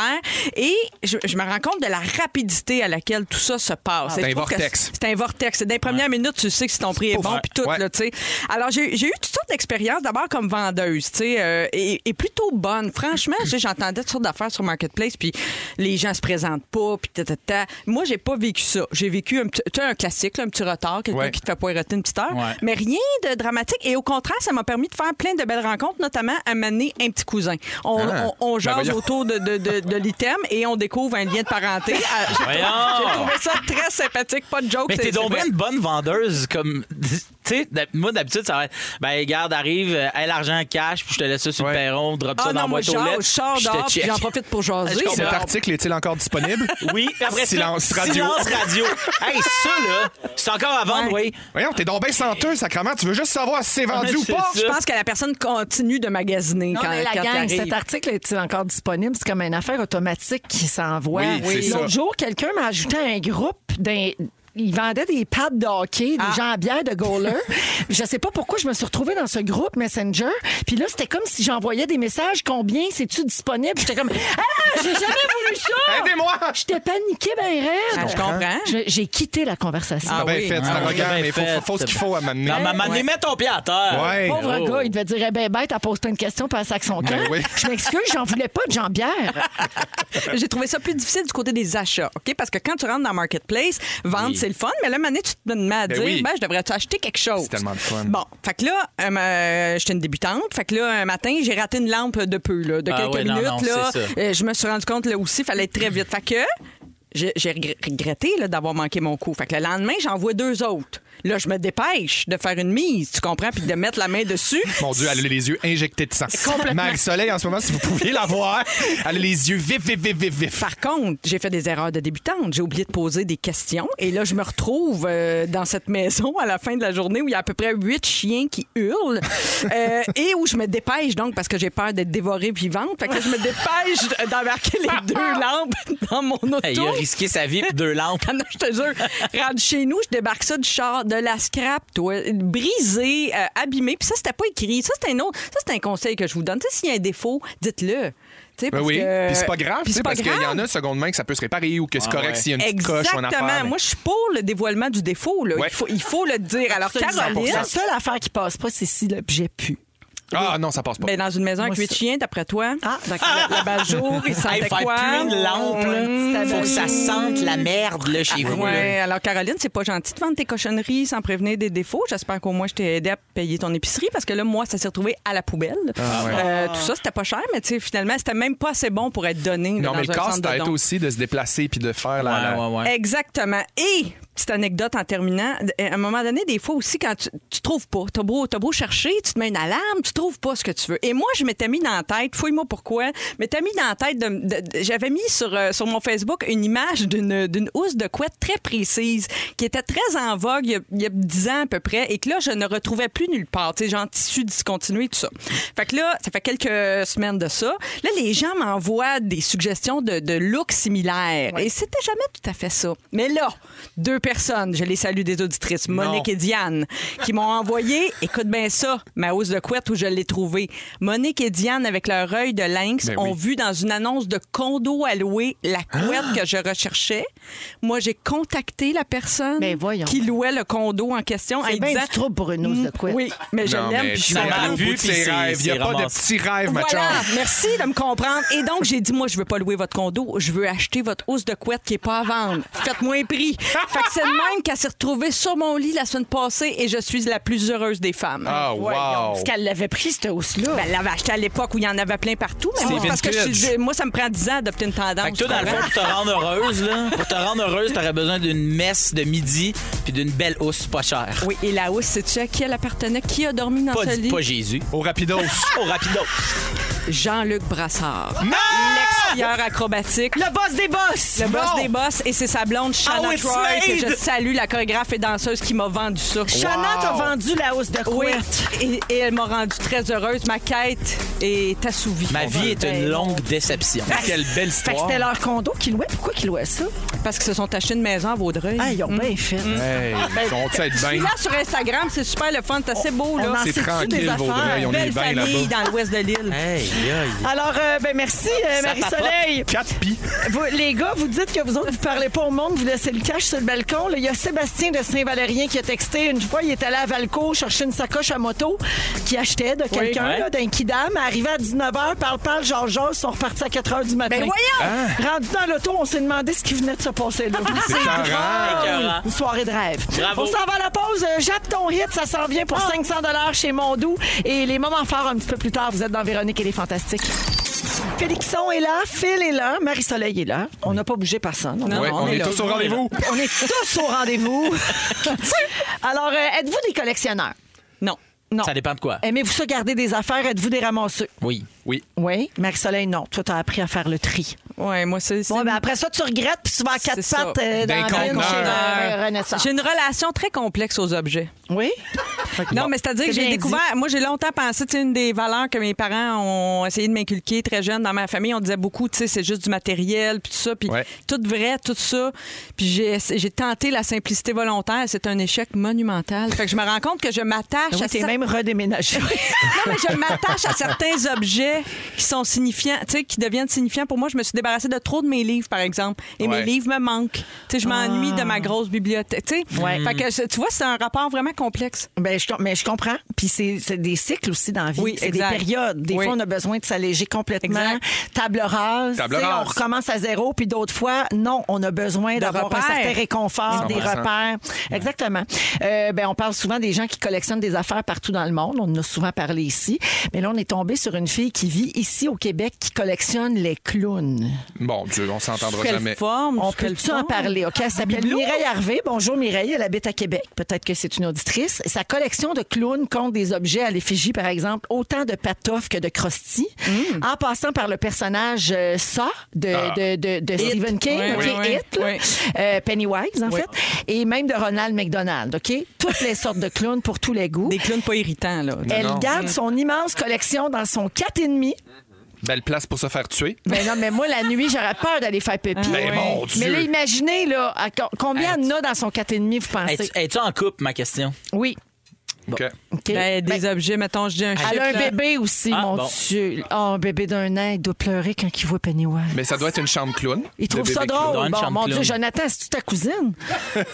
Et je, je me rends compte de la rapidité à laquelle tout ça se passe. Et
Ah. C'est
je
un
trouve que
vortex.
C'est un vortex. Dans les premières minutes, tu sais que si ton prix est bon,
Ouais.
puis tout,
Ouais.
là, tu sais. Alors, j'ai j'ai eu toutes sortes d'expériences, d'abord comme vendeuse, tu sais, euh, et, et plutôt bonne. Franchement, tu sais, j'entendais toutes sortes d'affaires sur Marketplace, puis les gens se présentent pas, puis ta, ta, ta. Moi, j'ai pas vécu ça. J'ai vécu un, petit- tu sais, un classique, là, un petit retard, quelqu'un
Ouais.
qui te fait poireter une petite heure,
Ouais.
mais rien de dramatique. Et au contraire, ça m'a permis de faire plein de belles rencontres, notamment à m'amener un petit cousin. On,
Ah.
on, on
Ben
jase
voyons.
autour de, de- de- de l'item et on découvre un lien de parenté. Ah, j'ai trouvé-
Voyons.
J'ai trouvé ça très sympathique, pas de joke.
Mais
c'est-
t'es donc
c'est
bien une bonne vendeuse, comme. Tu sais, d'hab- moi, d'habitude, ça va être. Ben, regarde, arrive, euh, hey, l'argent cash, puis je te laisse ça sur
Ouais.
le perron, drop
Ah
ça dans la
non, moi,
boîte
je
aux
sors,
lettres.
je sors
puis
dehors,
te
puis
check.
j'en profite pour jaser.
Je comprends.
Euh, Cet article est-il encore disponible?
Oui, puis après ça,
Silence radio.
Silence radio. hey, ça, là, c'est encore à vendre,
Ouais.
oui.
Voyons, t'es donc bien senteux, sacrement. Tu veux juste savoir si c'est vendu ou
Ouais, Ah, c'est
pas?
ça.
Je pense que la personne continue de magasiner
Non,
quand,
mais la
quand
gang,
elle arrive.
cet article est-il encore disponible? C'est comme une affaire automatique qui s'envoie.
Oui, c'est Oui. ça.
L'autre jour, quelqu'un m'a ajouté à un groupe d'un. Il vendait des pads de hockey, des jambières de goaler. je sais pas pourquoi je me suis retrouvée dans ce groupe Messenger. Puis là, c'était comme si j'envoyais des messages. Combien c'est-tu disponible? J'étais comme, ah, j'ai jamais voulu ça!
Aidez-moi!
Ah
J'étais paniquée, ben
Ah,
raide.
je comprends.
Je- J'ai quitté la conversation.
Ah, bien
oui.
fait, c'est
Ah,
arrogant,
oui,
mais
bien
faut,
fait.
faut, faut ce qu'il faut à m'amener.
Non, maman,
Ouais.
mets ton pied à terre.
Ouais.
Pauvre
Oh.
gars, il devait dire, eh ben bête, elle pose plein de questions, puis elle sac son camp.
Ben oui.
Je m'excuse, j'en voulais pas de jambière.
J'ai trouvé ça plus difficile du côté des achats, OK? Parce que quand tu rentres dans Marketplace, vendre,
Oui.
c'est le fun, mais là, Mané, tu te mets à
Ben
dire,
oui.
ben, je devrais-tu acheter quelque chose?
C'est tellement le fun.
Bon, fait que là, euh, ma- j'étais une débutante. Fait que là, un matin, j'ai raté une lampe de peu, là, de
Ah
quelques
ouais, non,
minutes.
non,
là.
c'est ça.
Euh, je me suis rendu compte, là aussi, fallait être très vite. Fait que j'ai j'ai regr- regretté là, d'avoir manqué mon coup. Fait que le lendemain, j'envoie deux autres. Là, je me dépêche de faire une mise, tu comprends, puis de mettre la main dessus.
Mon Dieu, elle a les yeux injectés de sang.
Complètement.
Marie-Soleil, en ce moment, si vous pouviez la voir, elle a les yeux vifs, vifs, vifs, vifs, vifs.
Par contre, j'ai fait des erreurs de débutante. J'ai oublié de poser des questions. Et là, je me retrouve euh, dans cette maison à la fin de la journée où il y a à peu près huit chiens qui hurlent euh, et où je me dépêche donc parce que j'ai peur d'être dévorée vivante. Fait que là, je me dépêche d'embarquer les deux lampes dans mon auto.
Hey, il a risqué sa vie pour deux lampes.
Ah non, je te jure. Rentre chez nous, je débarque ça du char, de la scrap, toi, brisé, euh, abîmé. Puis ça, c'était pas écrit. Ça, c'est un autre. Ça, c'est un conseil que je vous donne. Tu sais, s'il y a un défaut, dites-le. Tu sais,
Ben
parce
oui,
que-
puis c'est pas grave,
Puis
tu
c'est
sais,
pas
parce qu'il y en
grave.
a seconde main que ça peut se réparer ou que c'est correct
ouais.
s'il y a une petite coche ou
Exactement.
un affaire. mais-
Moi, je suis pour le dévoilement du défaut. Là.
Ouais.
Il, faut, il faut le dire. Alors, Caroline,
La seule affaire qui passe pas, c'est si l'objet pue.
Ah non, ça passe pas.
ben, dans une maison avec
Moi,
huit
c'est-
chiens, d'après toi,
Ah, d'accord.
le bajour, il
Hey,
sentait
faire
quoi?
plus une lampe, là.
Mmh.
Faut que ça sente la merde, là, chez vous.
Ah, Ouais, alors Caroline, c'est pas gentil de vendre tes cochonneries sans prévenir des défauts. J'espère qu'au moins je t'ai aidé à payer ton épicerie parce que là, moi, ça s'est retrouvé à la poubelle.
Ah, ouais.
Euh, tout ça, c'était pas cher, mais tu sais, finalement, c'était même pas assez bon pour être donné. là,
Non,
dans
mais le
un centre de
casse-tête
don.
aussi de se déplacer puis de faire la.
là.
la-
Ouais, ouais, ouais.
Exactement. Et petite anecdote en terminant. À un moment donné, des fois aussi, quand tu, tu trouves pas, t'as beau, t'as beau chercher, tu te mets une alarme, tu trouves pas ce que tu veux. Et moi, je m'étais mis dans la tête, fouille-moi pourquoi, m'étais mis dans la tête, de, de- de- j'avais mis sur, euh, sur mon Facebook une image d'une, d'une housse de couette très précise qui était très en vogue il y a- il y a dix ans à peu près et que là, je ne retrouvais plus nulle part. Tu sais, genre tissu discontinué, tout ça. Fait que là, ça fait quelques semaines de ça. Là, les gens m'envoient des suggestions de, de looks similaires. Et c'était jamais tout à fait ça. Mais là, deux personnes, je les salue des auditrices, Monique et Diane, qui m'ont envoyé, écoute bien ça, ma hausse de couette où je l'ai trouvée. Monique et Diane, avec leur œil de lynx,
Ben oui. Ah!
ont vu dans une annonce de condo à louer la couette que je recherchais. Moi, j'ai contacté la personne
Ben voyons.
qui louait le condo en question en
C'est
lui
bien
disant... Mm,
du trouble pour une housse de couette.
Oui, mais je
Non,
l'aime.
mais
puis je
tu
suis
ça
vas
va
aller au
à
bout de
bout, puis
tes
c'est-
rêves. Il n'y a
c'est
pas de
ramassé.
petits rêves, ma
voilà,
chum.
merci de me comprendre. Et donc, j'ai dit, moi, je veux pas louer votre condo, je veux acheter votre housse de couette qui est pas à vendre. Faites-moi un prix. Fait que c'est le même qu'elle s'est retrouvée sur mon lit la semaine passée et je suis la plus heureuse des femmes.
Ah, wow.
Parce qu'elle l'avait pris, cette hausse-là.
Ben, elle l'avait acheté à l'époque où il y en avait plein partout, mais
C'est
moi, c'est parce que je
vintage.
suis- moi, ça me prend 10 ans d'adopter une tendance.
Fait que toi, dans le fond, pour te rendre heureuse, là, pour te rendre heureuse, t'aurais besoin d'une messe de midi puis d'une belle housse pas chère.
Oui, et la housse, sais-tu à qui elle appartenait? Qui a dormi dans
Pas,
ce
du-
lit?
pas Jésus.
Au rapidos.
Au rapido.
Jean-Luc Brassard.
Non!
Pierre acrobatique.
Le boss des Ah boss!
Le boss
Non!
des boss et c'est sa blonde Shanna
Oh, it's
Troy que
made!
je salue, la chorégraphe et danseuse qui m'a vendu ça.
Chana t'a
Wow.
vendu la hausse de
Oui,
couette.
et, et elle m'a rendue très heureuse. Ma quête est assouvie.
Ma vie est une longue déception. Quelle belle
Fait que
histoire.
c'était leur condo qu'ils louaient. Pourquoi qu'ils louaient ça?
Parce qu'ils se sont achetés une maison à Vaudreuil.
Ah, ils ont bien fait.
Hey, ils sont-tu à être
Puis
bien?
Ben, là, sur Instagram, c'est super le fun, c'est assez beau.
on
Là.
en
C'est
sait-tu des
tranquille,
affaires?
Vaudreuil. On est
Belle
bien
famille
là-bas. Hein?
dans l'ouest de l'île.
Hey, aïe.
Alors, euh, ben merci, euh, Marie-Soleil.
4 pis.
Vous- les gars, vous dites que vous autres, vous parlez pas au monde, vous laissez le cash sur le balcon. Là, Il y a Sébastien de Saint-Valérien qui a texté une fois, il est allé à Valco chercher une sacoche à moto qu'il achetait de quelqu'un,
ouais.
là, d'un kidam. Arrivé à 19h, parle, parle, genre, genre, ils sont repartis à 4h du matin.
Ben voyons!
Rendu dans l'auto, on s'est demandé ce qui venait de se passer là. C'est
Ah. écœurant.
drôle.
Écœurant.
Une soirée de rêve.
Bravo. Ah.
On s'en va à la pause. Euh, Jappe ton hit, ça s'en vient pour 500 chez Mondou. Et les moments forts un petit peu plus tard, vous êtes dans Véronique et les Fantastiques. Félixon est là, Phil est là, Marie-Soleil est là. On n'a pas bougé personne. On,
Ouais, on est
là.
tous au rendez-vous.
On est tous au rendez-vous. Alors, euh, êtes-vous des collectionneurs?
Non.
Non. Eh,
Ça dépend de quoi.
Aimez-vous ça garder des affaires? Êtes-vous des ramasseux?
Oui.
Oui.
Oui. Marie-Soleil, non. Toi, t'as appris à faire le tri.
Ouais, moi, c'est. c'est-
Bon, ben après ça, tu regrettes, puis tu vas à
C'est
quatre
ça.
pattes euh, dans
D'un
la
conteneur.
chez
Euh,
euh, Renaissance.
J'ai une relation très complexe aux objets.
Oui?
Non, mais c'est-à-dire que
C'est
j'ai
bien
découvert, moi j'ai longtemps pensé, tu sais, une des valeurs que mes parents ont essayé de m'inculquer très jeune dans ma famille, on disait beaucoup, tu sais, c'est juste du matériel, puis tout ça, puis
Ouais.
tout vrai, tout ça. Puis j'ai essa- j'ai tenté la simplicité volontaire, c'est un échec monumental. Fait que je me rends compte que je m'attache à
Ah t'es
cer-
même redéménagé.
non, mais je m'attache à certains objets qui sont signifiants, tu sais, qui deviennent signifiants. Pour moi, je me suis débarrassée de trop de mes livres, par exemple. Et
Ouais.
mes livres me manquent. Tu sais, je m'ennuie de ma grosse bibliothèque. Tu sais,
Ah. Ouais.
Fait que, c'est- tu vois, c'est un rapport vraiment complexe.
Ben, je, com- mais je comprends. Puis c'est c'est des cycles aussi dans la vie.
Oui,
c'est des
exact.
périodes. Des
Oui.
fois, on a besoin de s'alléger complètement.
Exact.
Table rase.
Table
tu sais, On
rase.
recommence à zéro. Puis d'autres fois, non, on a besoin d'avoir un
repères.
certain réconfort, des
100%.
repères. Exactement. Euh, ben, on parle souvent des gens qui collectionnent des affaires partout dans le monde. On en a souvent parlé ici. Mais là, on est tombé sur une fille qui vit ici au Québec qui collectionne les clowns.
Bon Dieu, on s'entendra
Quelle
jamais.
forme?
On
sous quelle
peut-tu en
forme?
parler? OK, elle s'appelle
bibelot?
Mireille Harvey. Bonjour Mireille, elle habite à Québec. Peut-être que c'est une auditrice. Sa collection de clowns compte des objets à l'effigie, par exemple, autant de patoffes que de crostis, en passant par le personnage euh, Ça de,
Ah.
de, de- de Stephen King,
Oui,
OK,
oui, oui.
It, là.
Oui.
Euh, Pennywise, en fait, et même de Ronald McDonald. OK? Toutes les sortes de clowns pour tous les goûts.
Des clowns pas irritants, là.
Elle
non.
garde son immense collection dans son 4,5.
Belle place pour se faire tuer.
Ben non, mais moi, la nuit, j'aurais peur d'aller faire pipi.
Ben,
oui.
mon Dieu.
Mais là, imaginez, là, à co- combien il y en a dans son 4,5, vous pensez?
Es-tu es-tu en couple, ma question?
Oui.
OK.
OK.
Ben, des
Ben,
objets, mettons, je dis un
elle a un
chiffre, là.
bébé aussi,
Ah,
mon
bon.
Dieu. Oh, un bébé d'un an, il doit pleurer quand il voit Pennywise.
Mais ça doit être une chambre clown.
Il trouve
Le
ça
bébé clown.
drôle.
Dans une
Bon,
chambre
mon Dieu,
clown.
Jonathan, c'est-tu ta cousine?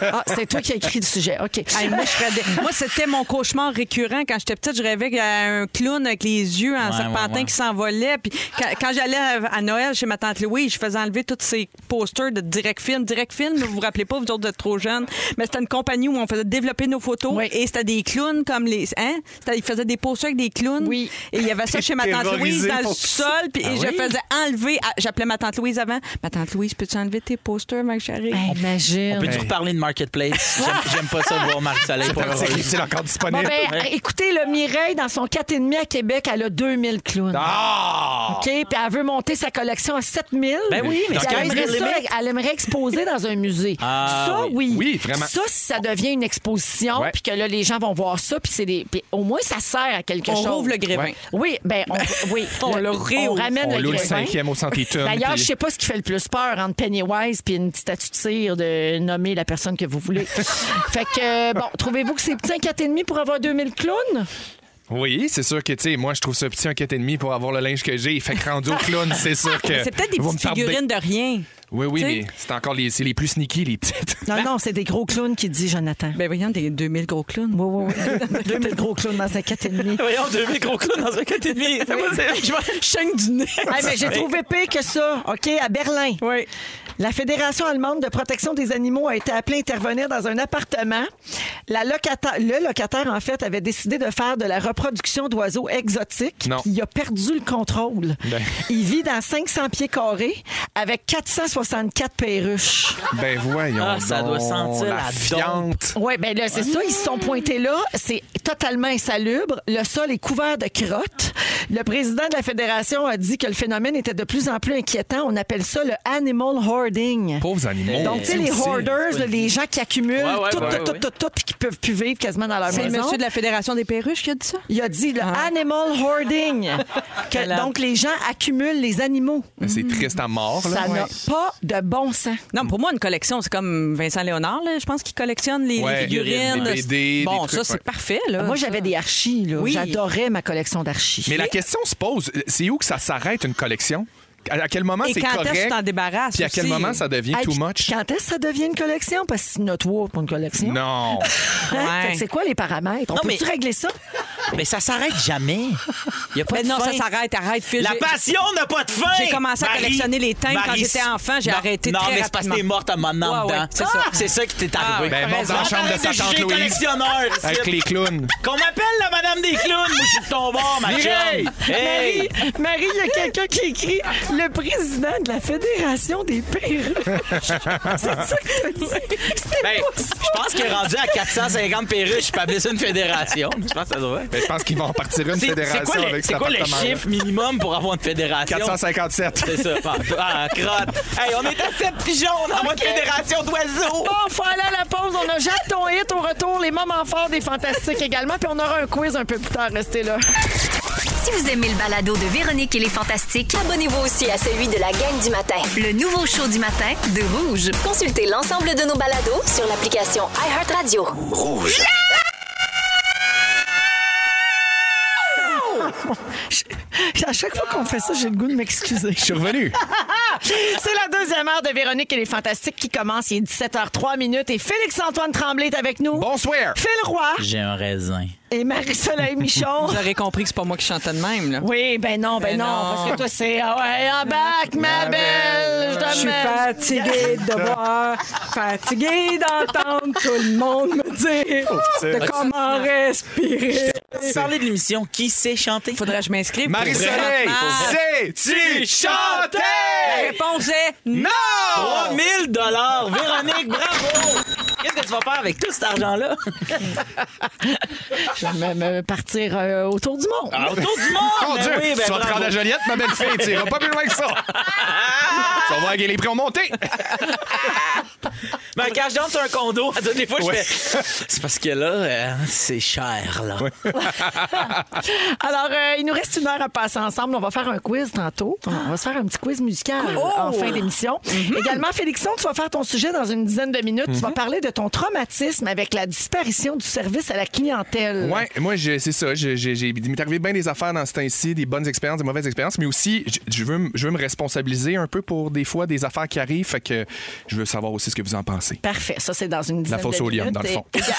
Ah, c'est toi qui as écrit le sujet. OK.
Hey, moi, je ferais des- moi, c'était mon cauchemar récurrent. Quand j'étais petite, je rêvais à un clown avec les yeux en
Ouais,
serpentin
ouais, ouais.
qui s'envolait. Puis quand, quand j'allais à, à Noël chez ma tante Louise, je faisais enlever tous ces posters de direct film. Direct film, vous vous rappelez pas, vous autres, vous êtes trop jeunes. Mais c'était une compagnie où on faisait développer nos photos.
Oui.
Et c'était des clowns comme les. Hein? C'était- Ils faisaient des postures avec des clowns.
Oui.
Et il y avait ça chez ma tante Louise
Terrorisé
dans le
pour-
sol. Puis
Ah
je
oui?
faisais enlever. à- J'appelais ma tante Louise avant. Ma tante Louise, peux-tu enlever tes postures, ma chérie?
Imagine.
Peux-tu reparler de Marketplace? J'aime- J'aime pas ça de voir Marie-Soleil.
Cet article est-il encore
Bon,
disponible?
ben,
Ouais.
écoutez, le Mireille, dans son 4,5 à Québec, elle a 2000 clowns.
Ah!
OK? Puis elle veut monter sa collection à 7000.
Ben oui, mais
Puis
quand
elle aimerait,
même,
ça, elle aimerait exposer dans un musée.
Ah,
ça, oui.
Oui, vraiment.
Ça, si ça devient une exposition,
Ouais.
puis que là, les gens vont voir ça, puis c'est des. puis au moins, ça sert à quelque
On
chose.
rouvre le grébin.
Ouais.
Oui, ben, on, oui.
On le réouvre.
ramène
On
le
loue le
grébin.
cinquième au centre Eaton,
D'ailleurs,
puis-
je sais pas ce qui fait le plus peur entre Pennywise puis une petite statue de cire de nommer la personne que vous voulez. fait que, euh, bon, trouvez-vous que c'est petit un 4,5 pour avoir 2000 clowns?
Oui, c'est sûr que, tu sais, moi, je trouve ça petit un 4,5 pour avoir le linge que j'ai. Fait que rendu au clown, c'est sûr que.
C'est peut-être des
vous me
petites
tardez.
figurines de rien.
Oui, oui,
tu sais.
mais c'est encore les, c'est les plus sneaky, les petites.
Non, non, c'est des gros clowns qui dit Jonathan.
Ben voyons, des 2000 gros clowns.
Oui, oui, oui. 2000 gros clowns dans un 4,5.
Voyons, deux micro dans un côté de vie. Je me chaîne du nez.
Ben,
Ah, mais j'ai trouvé pire que ça, OK, à Berlin.
Oui.
La Fédération allemande de protection des animaux a été appelée à intervenir dans un appartement. La locata- le locataire, en fait, avait décidé de faire de la reproduction d'oiseaux exotiques.
Non.
Il a perdu le contrôle.
Ben.
Il vit dans 500 pieds carrés avec 464 perruches.
Ben voyons.
Ah, ça
donc,
doit sentir la
fiente.
Oui, bien ben là, c'est ça. Ils se sont pointés là. C'est totalement insalubre. Le sol est couvert de crottes. Le président de la fédération a dit que le phénomène était de plus en plus inquiétant. On appelle ça le animal hoarding.
Pauvres animaux.
Donc, tu sais, les
Aussi.
hoarders, là, les gens qui accumulent
Ouais, ouais,
tout,
ouais,
tout,
ouais.
tout, tout, tout, puis qui peuvent plus vivre quasiment dans leur
C'est le
maison.
monsieur de la Fédération des perruches qui a dit ça?
Il a dit le animal hoarding. Que, donc, les gens accumulent les animaux.
Ben, C'est triste à mort, là.
Ça n'a pas de bon sens.
Non, pour moi, une collection, c'est comme Vincent Léonard, là, je pense qu'il collectionne les, les
Ouais,
figurines.
des BD,
bon,
des trucs,
ça, c'est
ouais.
parfait. Là,
Moi,
ça.
j'avais des archis. là.
Oui.
J'adorais ma collection d'archis.
Mais la question se pose, c'est où que ça s'arrête une collection? À à quel moment
Et
Ah, c'est
quand est-ce
correct?
que tu t'en débarrasses
Puis à quel
aussi?
moment ça devient
Hey,
too
puis
much?
Quand est-ce que ça devient une collection? Parce que c'est notre toit pour une collection.
Non.
Hein?
Ouais.
Fait que C'est quoi les paramètres? On
Non,
peut-tu
mais-
régler ça?
Mais ça s'arrête jamais. Il y a pas
Ben
de
non,
fin.
ça s'arrête, arrête, Phil.
La
J'ai-
passion n'a pas de fin!
J'ai commencé à collectionner les timbres quand j'étais enfant, j'ai
Non,
arrêté
non,
très
mais c'est parce que
rapidement.
t'es morte à mon moment
Ouais, ouais,
dedans.
c'est ça.
Ah! C'est ça qui t'est arrivé.
Ben, monte dans la chambre de sa tante Louise.
collectionneur ici.
Avec les clowns.
Qu'on m'appelle la madame des clowns. Moi, je suis de ton bord, ma
Mireille!
chum. Hey!
Marie, Marie, il y a quelqu'un qui écrit le président de la Fédération des perruches. c'est ça que t'as dit. C'était
Ben,
pas ça.
je pense qu'il est rendu à 450 perruches, je peux appeler ça une fédération. Je pense que ça doit être.
Ben, je pense qu'ils vont en partir une
C'est- C'est
fédération
quoi, le,
avec
c'est
cet
quoi le
appartement-là.
chiffre minimum pour avoir une fédération?
457.
C'est ça. Ah, Ah, crotte. Hey, on est à 7 pigeons, on envoie une fédération d'oiseaux.
Bon, faut aller à la pause. On a Jacques ton hit au retour, les moments forts des fantastiques également. Puis on aura un quiz un peu plus tard. Restez là.
Si vous aimez le balado de Véronique et les Fantastiques,
Abonnez-vous aussi à celui de la gang du matin.
le nouveau show du matin de Rouge.
Consultez l'ensemble de nos balados sur l'application iHeartRadio.
Rouge.
Je- À chaque fois qu'on fait ça, j'ai le goût de m'excuser.
Je suis revenu.
C'est la deuxième heure de Véronique et les Fantastiques qui commence. Il est 17h03 minutes et Félix-Antoine Tremblay est avec nous.
Bonsoir.
Phil Roy
J'ai un raisin.
et Marie-Soleil Michon.
Vous aurez compris que c'est pas moi qui chantais de même. Là.
Oui, ben non, ben,
Ben
non,
non.
parce que toi, c'est ah ouais, en bac, ma belle,
Je
je
suis
t'emmène.
fatiguée de voir, fatiguée d'entendre tout le monde me dire de comment respirer.
Vous parlez de l'émission Qui sait chanter?
Faudrait que je m'inscrive. pour
Marie-Soleil,
présentement.
sais-tu
La
chanter?
réponse est non.
Non!
3000 dollars, Véronique, bravo! Qu'est-ce que tu vas faire avec tout cet argent-là?
Je vais me, me partir euh, autour du
Ah,
monde.
Autour du monde!
Mon
Ben
Dieu,
oui, ben
tu vas te
bravo.
rendre à Joliette, ma belle fille. Tu iras pas plus loin que ça. tu vas voir que les prix ont monté.
Ben, quand je dors sur un condo, à toutes les fois, je
Ouais.
fais. C'est parce que là, euh, c'est cher, là.
Alors, euh, il nous reste une heure à passer ensemble. On va faire un quiz tantôt. On va se faire un petit quiz musical en
Oh!
fin d'émission.
Mm-hmm.
Également, Félixon, tu vas faire ton sujet dans une dizaine de minutes. Tu vas parler de ton traumatisme avec la disparition du service à la clientèle.
Ouais, moi, je- c'est ça. Je, je- j'ai- il m'est arrivé bien des affaires dans ce temps-ci, des bonnes expériences, des mauvaises expériences, mais aussi, je, je veux, me- je veux me responsabiliser un peu pour des fois des affaires qui arrivent. Fait que je veux savoir aussi ce que vous en pensez.
Parfait. Ça, c'est dans une dizaine
fosse
de
au lion,
minutes.
dans le fond.
Et-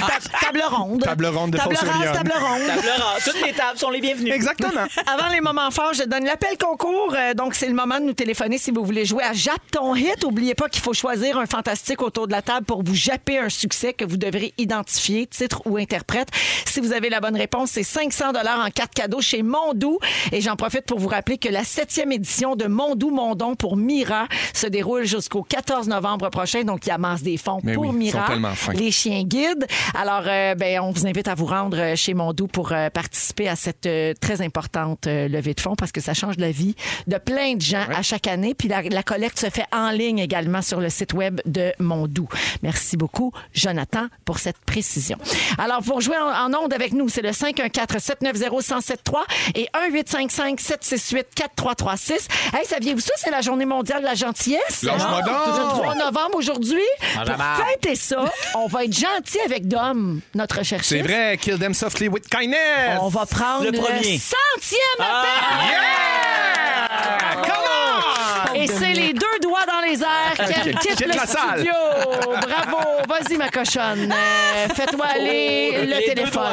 Ta- table ronde.
Table ronde de
Table
Fausse
rase,
Lyon.
table ronde.
Table ronde. Toutes les tables sont les bienvenues.
Exactement.
Avant les moments forts, je donne l'appel concours. Euh, donc, c'est le moment de nous téléphoner si vous voulez jouer à Jappe ton hit. N'oubliez pas qu'il faut choisir un fantastique autour de la table pour vous japper un succès que vous devrez identifier, titre ou interprète. Si vous avez la bonne réponse, c'est 500 dollars en carte cadeau chez Mondou. Et j'en profite pour vous rappeler que la septième édition de Mondou Mondon pour Mira se déroule jusqu'au 14 novembre prochain. Donc, il amasse des fonds
Mais
pour
oui, ils
Mira.
sont tellement fins.
Les chiens guides. Alors, euh, ben, on vous invite à vous rendre euh, chez Mondou pour euh, participer à cette euh, très importante euh, levée de fonds parce que ça change la vie de plein de gens à chaque année. Puis la, la collecte se fait en ligne également sur le site web de Mondou. Merci beaucoup, Jonathan, pour cette précision. Alors, pour jouer en, en onde avec nous, c'est le 514-790-1073 et 1-855-768-4336. Hey, saviez-vous ça? C'est la journée mondiale de la gentillesse. hein?
Lâche-moi
Non.
donc!
C'est le 3 novembre aujourd'hui.
Ah,
Pour
j'en ai
fêter ça, on va être gentil avec Dom, notre chercheur.
C'est vrai, kill them softly with kindness.
On va prendre le,
Le premier.
centième appel. Ah,
Yeah! Ah, Come
Et c'est les deux doigts dans les airs qu'elle
Quitte
quitte le
la salle.
studio. Bravo. Vas-y, ma cochonne. Euh, Fais-toi aller
Oh,
le
les deux
téléphone.
doigts.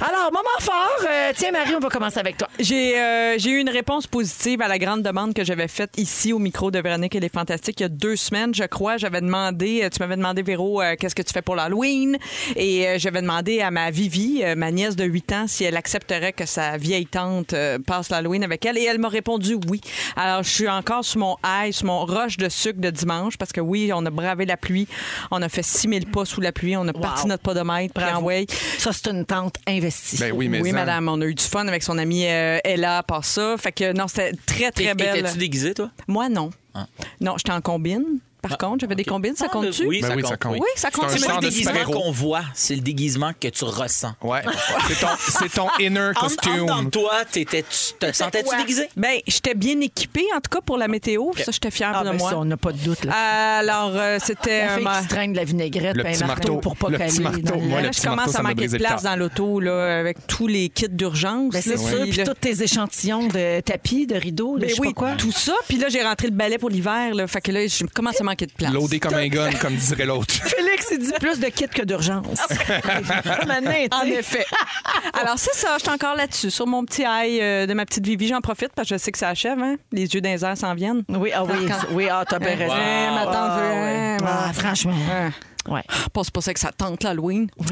Alors, moment fort. Euh, tiens, Marie, on va commencer avec toi.
J'ai euh, j'ai eu une réponse positive à la grande demande que j'avais faite ici au micro de Véronique et les Fantastiques il y a deux semaines, je crois. J'avais demandé, euh, tu m'avais demandé, Véro, euh, qu'est-ce que tu fais pour l'Halloween? Et euh, j'avais demandé à ma Vivi, euh, ma nièce de 8 ans, si elle accepterait que sa vieille tante euh, passe l'Halloween avec elle. Et elle m'a répondu oui. Alors, je suis encore sur mon high, sur mon rush de sucre de dimanche, parce que oui, on a bravé la pluie. On a fait 6000 pas sous la pluie. On a parti notre podomètre. puis
Bravo.
en way.
Ça, c'est une tente investie.
Ben oui, mais
Oui,
ça.
madame, on a eu du fun avec son amie euh, Ella par ça. Fait que non, c'était très,
Et-
très belle.
Étais-tu déguisé, toi?
Moi, non.
Ah.
Non, j'étais en combine. Par contre, j'avais des combines, ça compte-tu?
Oui,
Ben
ça
oui,
compte.
ça compte.
Oui, ça compte.
C'est un
C'est pas
genre
le
de
déguisement
super-héros.
qu'on voit, c'est le déguisement que tu ressens.
Ouais. C'est ton, c'est ton inner
En, en, dans
costume.
toi, t'étais- tu te sentais-tu déguisé?
Ben, j'étais bien équipée, en tout cas pour la météo. Ça, j'étais fière
Ah,
de
ben
moi.
ça, on n'a pas de doute.
Ah,
Là.
Alors, euh, c'était
La
un
fille
ma-
qui se traîne de la vinaigrette
Le
puis
petit
un marteau
marteau.
pour pas
Le
caler.
petit marteau,
dans le-
moi, le
Là,
petit
je commence
marteau,
à
ça m'a
manquer de
brisé le
place
cœur.
dans l'auto, là, avec tous les kits d'urgence.
Ben, c'est
là,
sûr.
puis
Puis
là-
tous tes échantillons de tapis, de rideaux, de
Ben
je sais
oui,
pas quoi.
tout ça. Puis là, j'ai rentré le balai pour l'hiver. là. Fait que là, je commence à manquer de place.
Loadé comme un gun, comme dirait l'autre.
Félix, il dit plus de kit que d'urgence. Ah, Manet, tu
En
sais.
effet. Alors, c'est ça, je suis encore là-dessus, sur mon petit ail euh, de ma petite Vivi. J'en profite parce que je sais que ça achève, hein? Les yeux d'un airs s'en viennent.
Oui, ah oui,
Quand-
oui, ah, t'as bien raison.
Eh, ma tante
Ah,
veut-
ouais.
eh, ma-
Ah, franchement.
Ouais.
Ouais.
Pense pas ça que ça tente l'Halloween.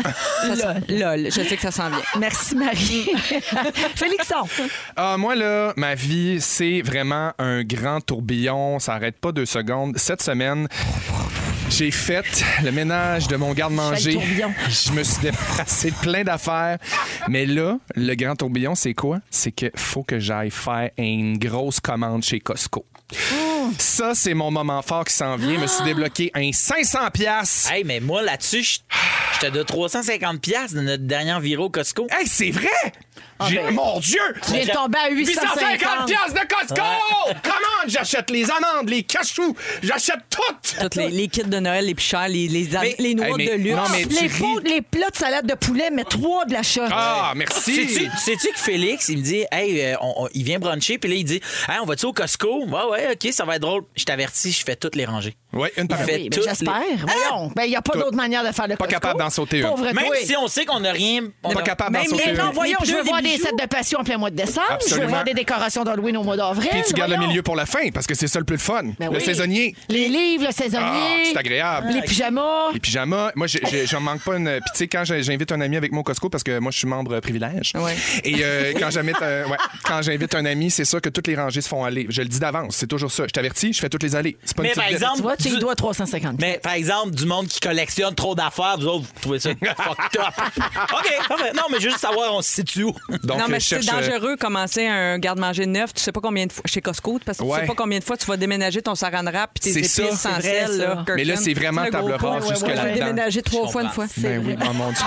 Ça sent- Lol, je sais que ça s'en vient.
Merci, Marie. Félixon.
Ah, moi, là, ma vie, c'est vraiment un grand tourbillon. Ça arrête pas deux secondes. Cette semaine, j'ai fait le ménage de mon
Fais
garde-manger.
le tourbillon.
Je me suis dépassé de plein d'affaires. Mais là, le grand tourbillon, c'est quoi? C'est que faut que j'aille faire une grosse commande chez Costco. Ça, c'est mon moment fort qui s'en vient. Je me suis débloqué un 500$. piastres.
Hey, mais moi, là-dessus, je- j'étais de 350$ piastres de notre dernier viro Costco.
Hey, c'est vrai! J'ai- Mon Dieu!
Tu viens de tomber à
850
850.
piastres de Costco! Comment j'achète les amandes, les cachous? J'achète tout!
Toutes les, les kits de Noël, les plus chers, les, les,
Mais-
les noix
Hey, mais-
de luxe.
non, mais-
Ah, Les
Tu ris.
pots, les plats de salade de poulet, mais trois de la shot.
Ah,
Sais-tu
merci!
sais-tu que Félix, il me dit, hey, euh, on- on- il vient bruncher, puis là, il dit, hey, on va-tu au Costco? Ouais, ouais, OK, ça va être drôle. Je t'avertis, je fais toutes les rangées.
Oui, une par
Il fait
Oui, ben,
toutes
J'espère.
les-
Voyons. Ben, il n'y a pas
Tout.
d'autre manière de faire le
Pas capable d'en sauter une.
Pauvre
Même
toi.
si on sait qu'on n'a rien. on
Pas
a-
capable d'en
Même
sauter
les-
une.
non, voyons,
Voyons, je veux
des
voir des
bijoux.
sets de passion en plein mois de décembre. Je veux
Absolument.
voir des décorations d'Halloween au mois d'avril.
Puis tu gardes le
Voyons.
milieu pour la fin, parce que c'est ça le plus le fun.
Ben
le
oui.
saisonnier.
Les livres, le saisonnier.
Ah, c'est agréable.
Les pyjamas.
Les pyjamas, moi, j'ai- j'ai- j'en manque pas une. euh, Puis, tu sais, quand j'ai- j'invite un ami avec mon Costco, parce que moi, je suis membre euh, privilège.
Ouais.
Et euh, quand j'invite un- ouais, quand j'invite un ami, c'est sûr que toutes les rangées se font aller. Je le dis d'avance, c'est toujours ça. Je t'avertis, je fais toutes les allées. C'est pas une
Mais par
petite bête.
exemple,
Tu vois, tu y
du-
dois 350.
Mais par exemple, du monde qui collectionne trop d'affaires, vous autres, vous trouvez ça fucked up. OK, parfait. Non, mais juste savoir, on se situe où.
Donc,
non, mais
je
c'est
cherche, euh,
dangereux commencer un garde-manger neuf. Tu sais pas combien de fois chez Costco, parce que tu
Ouais.
sais pas combien de fois tu vas déménager ton saran wrap puis tes
C'est ça.
épices sans
C'est vrai,
sel.
ça.
là,
Mais là,
Kirkland.
c'est vraiment
Tu sais, le
table
gros
rase
pot,
jusque
ouais, ouais,
là-dedans.
J'ai déménagé trois
Je
fois une
comprends.
fois.
Ben oui, oh mon Dieu.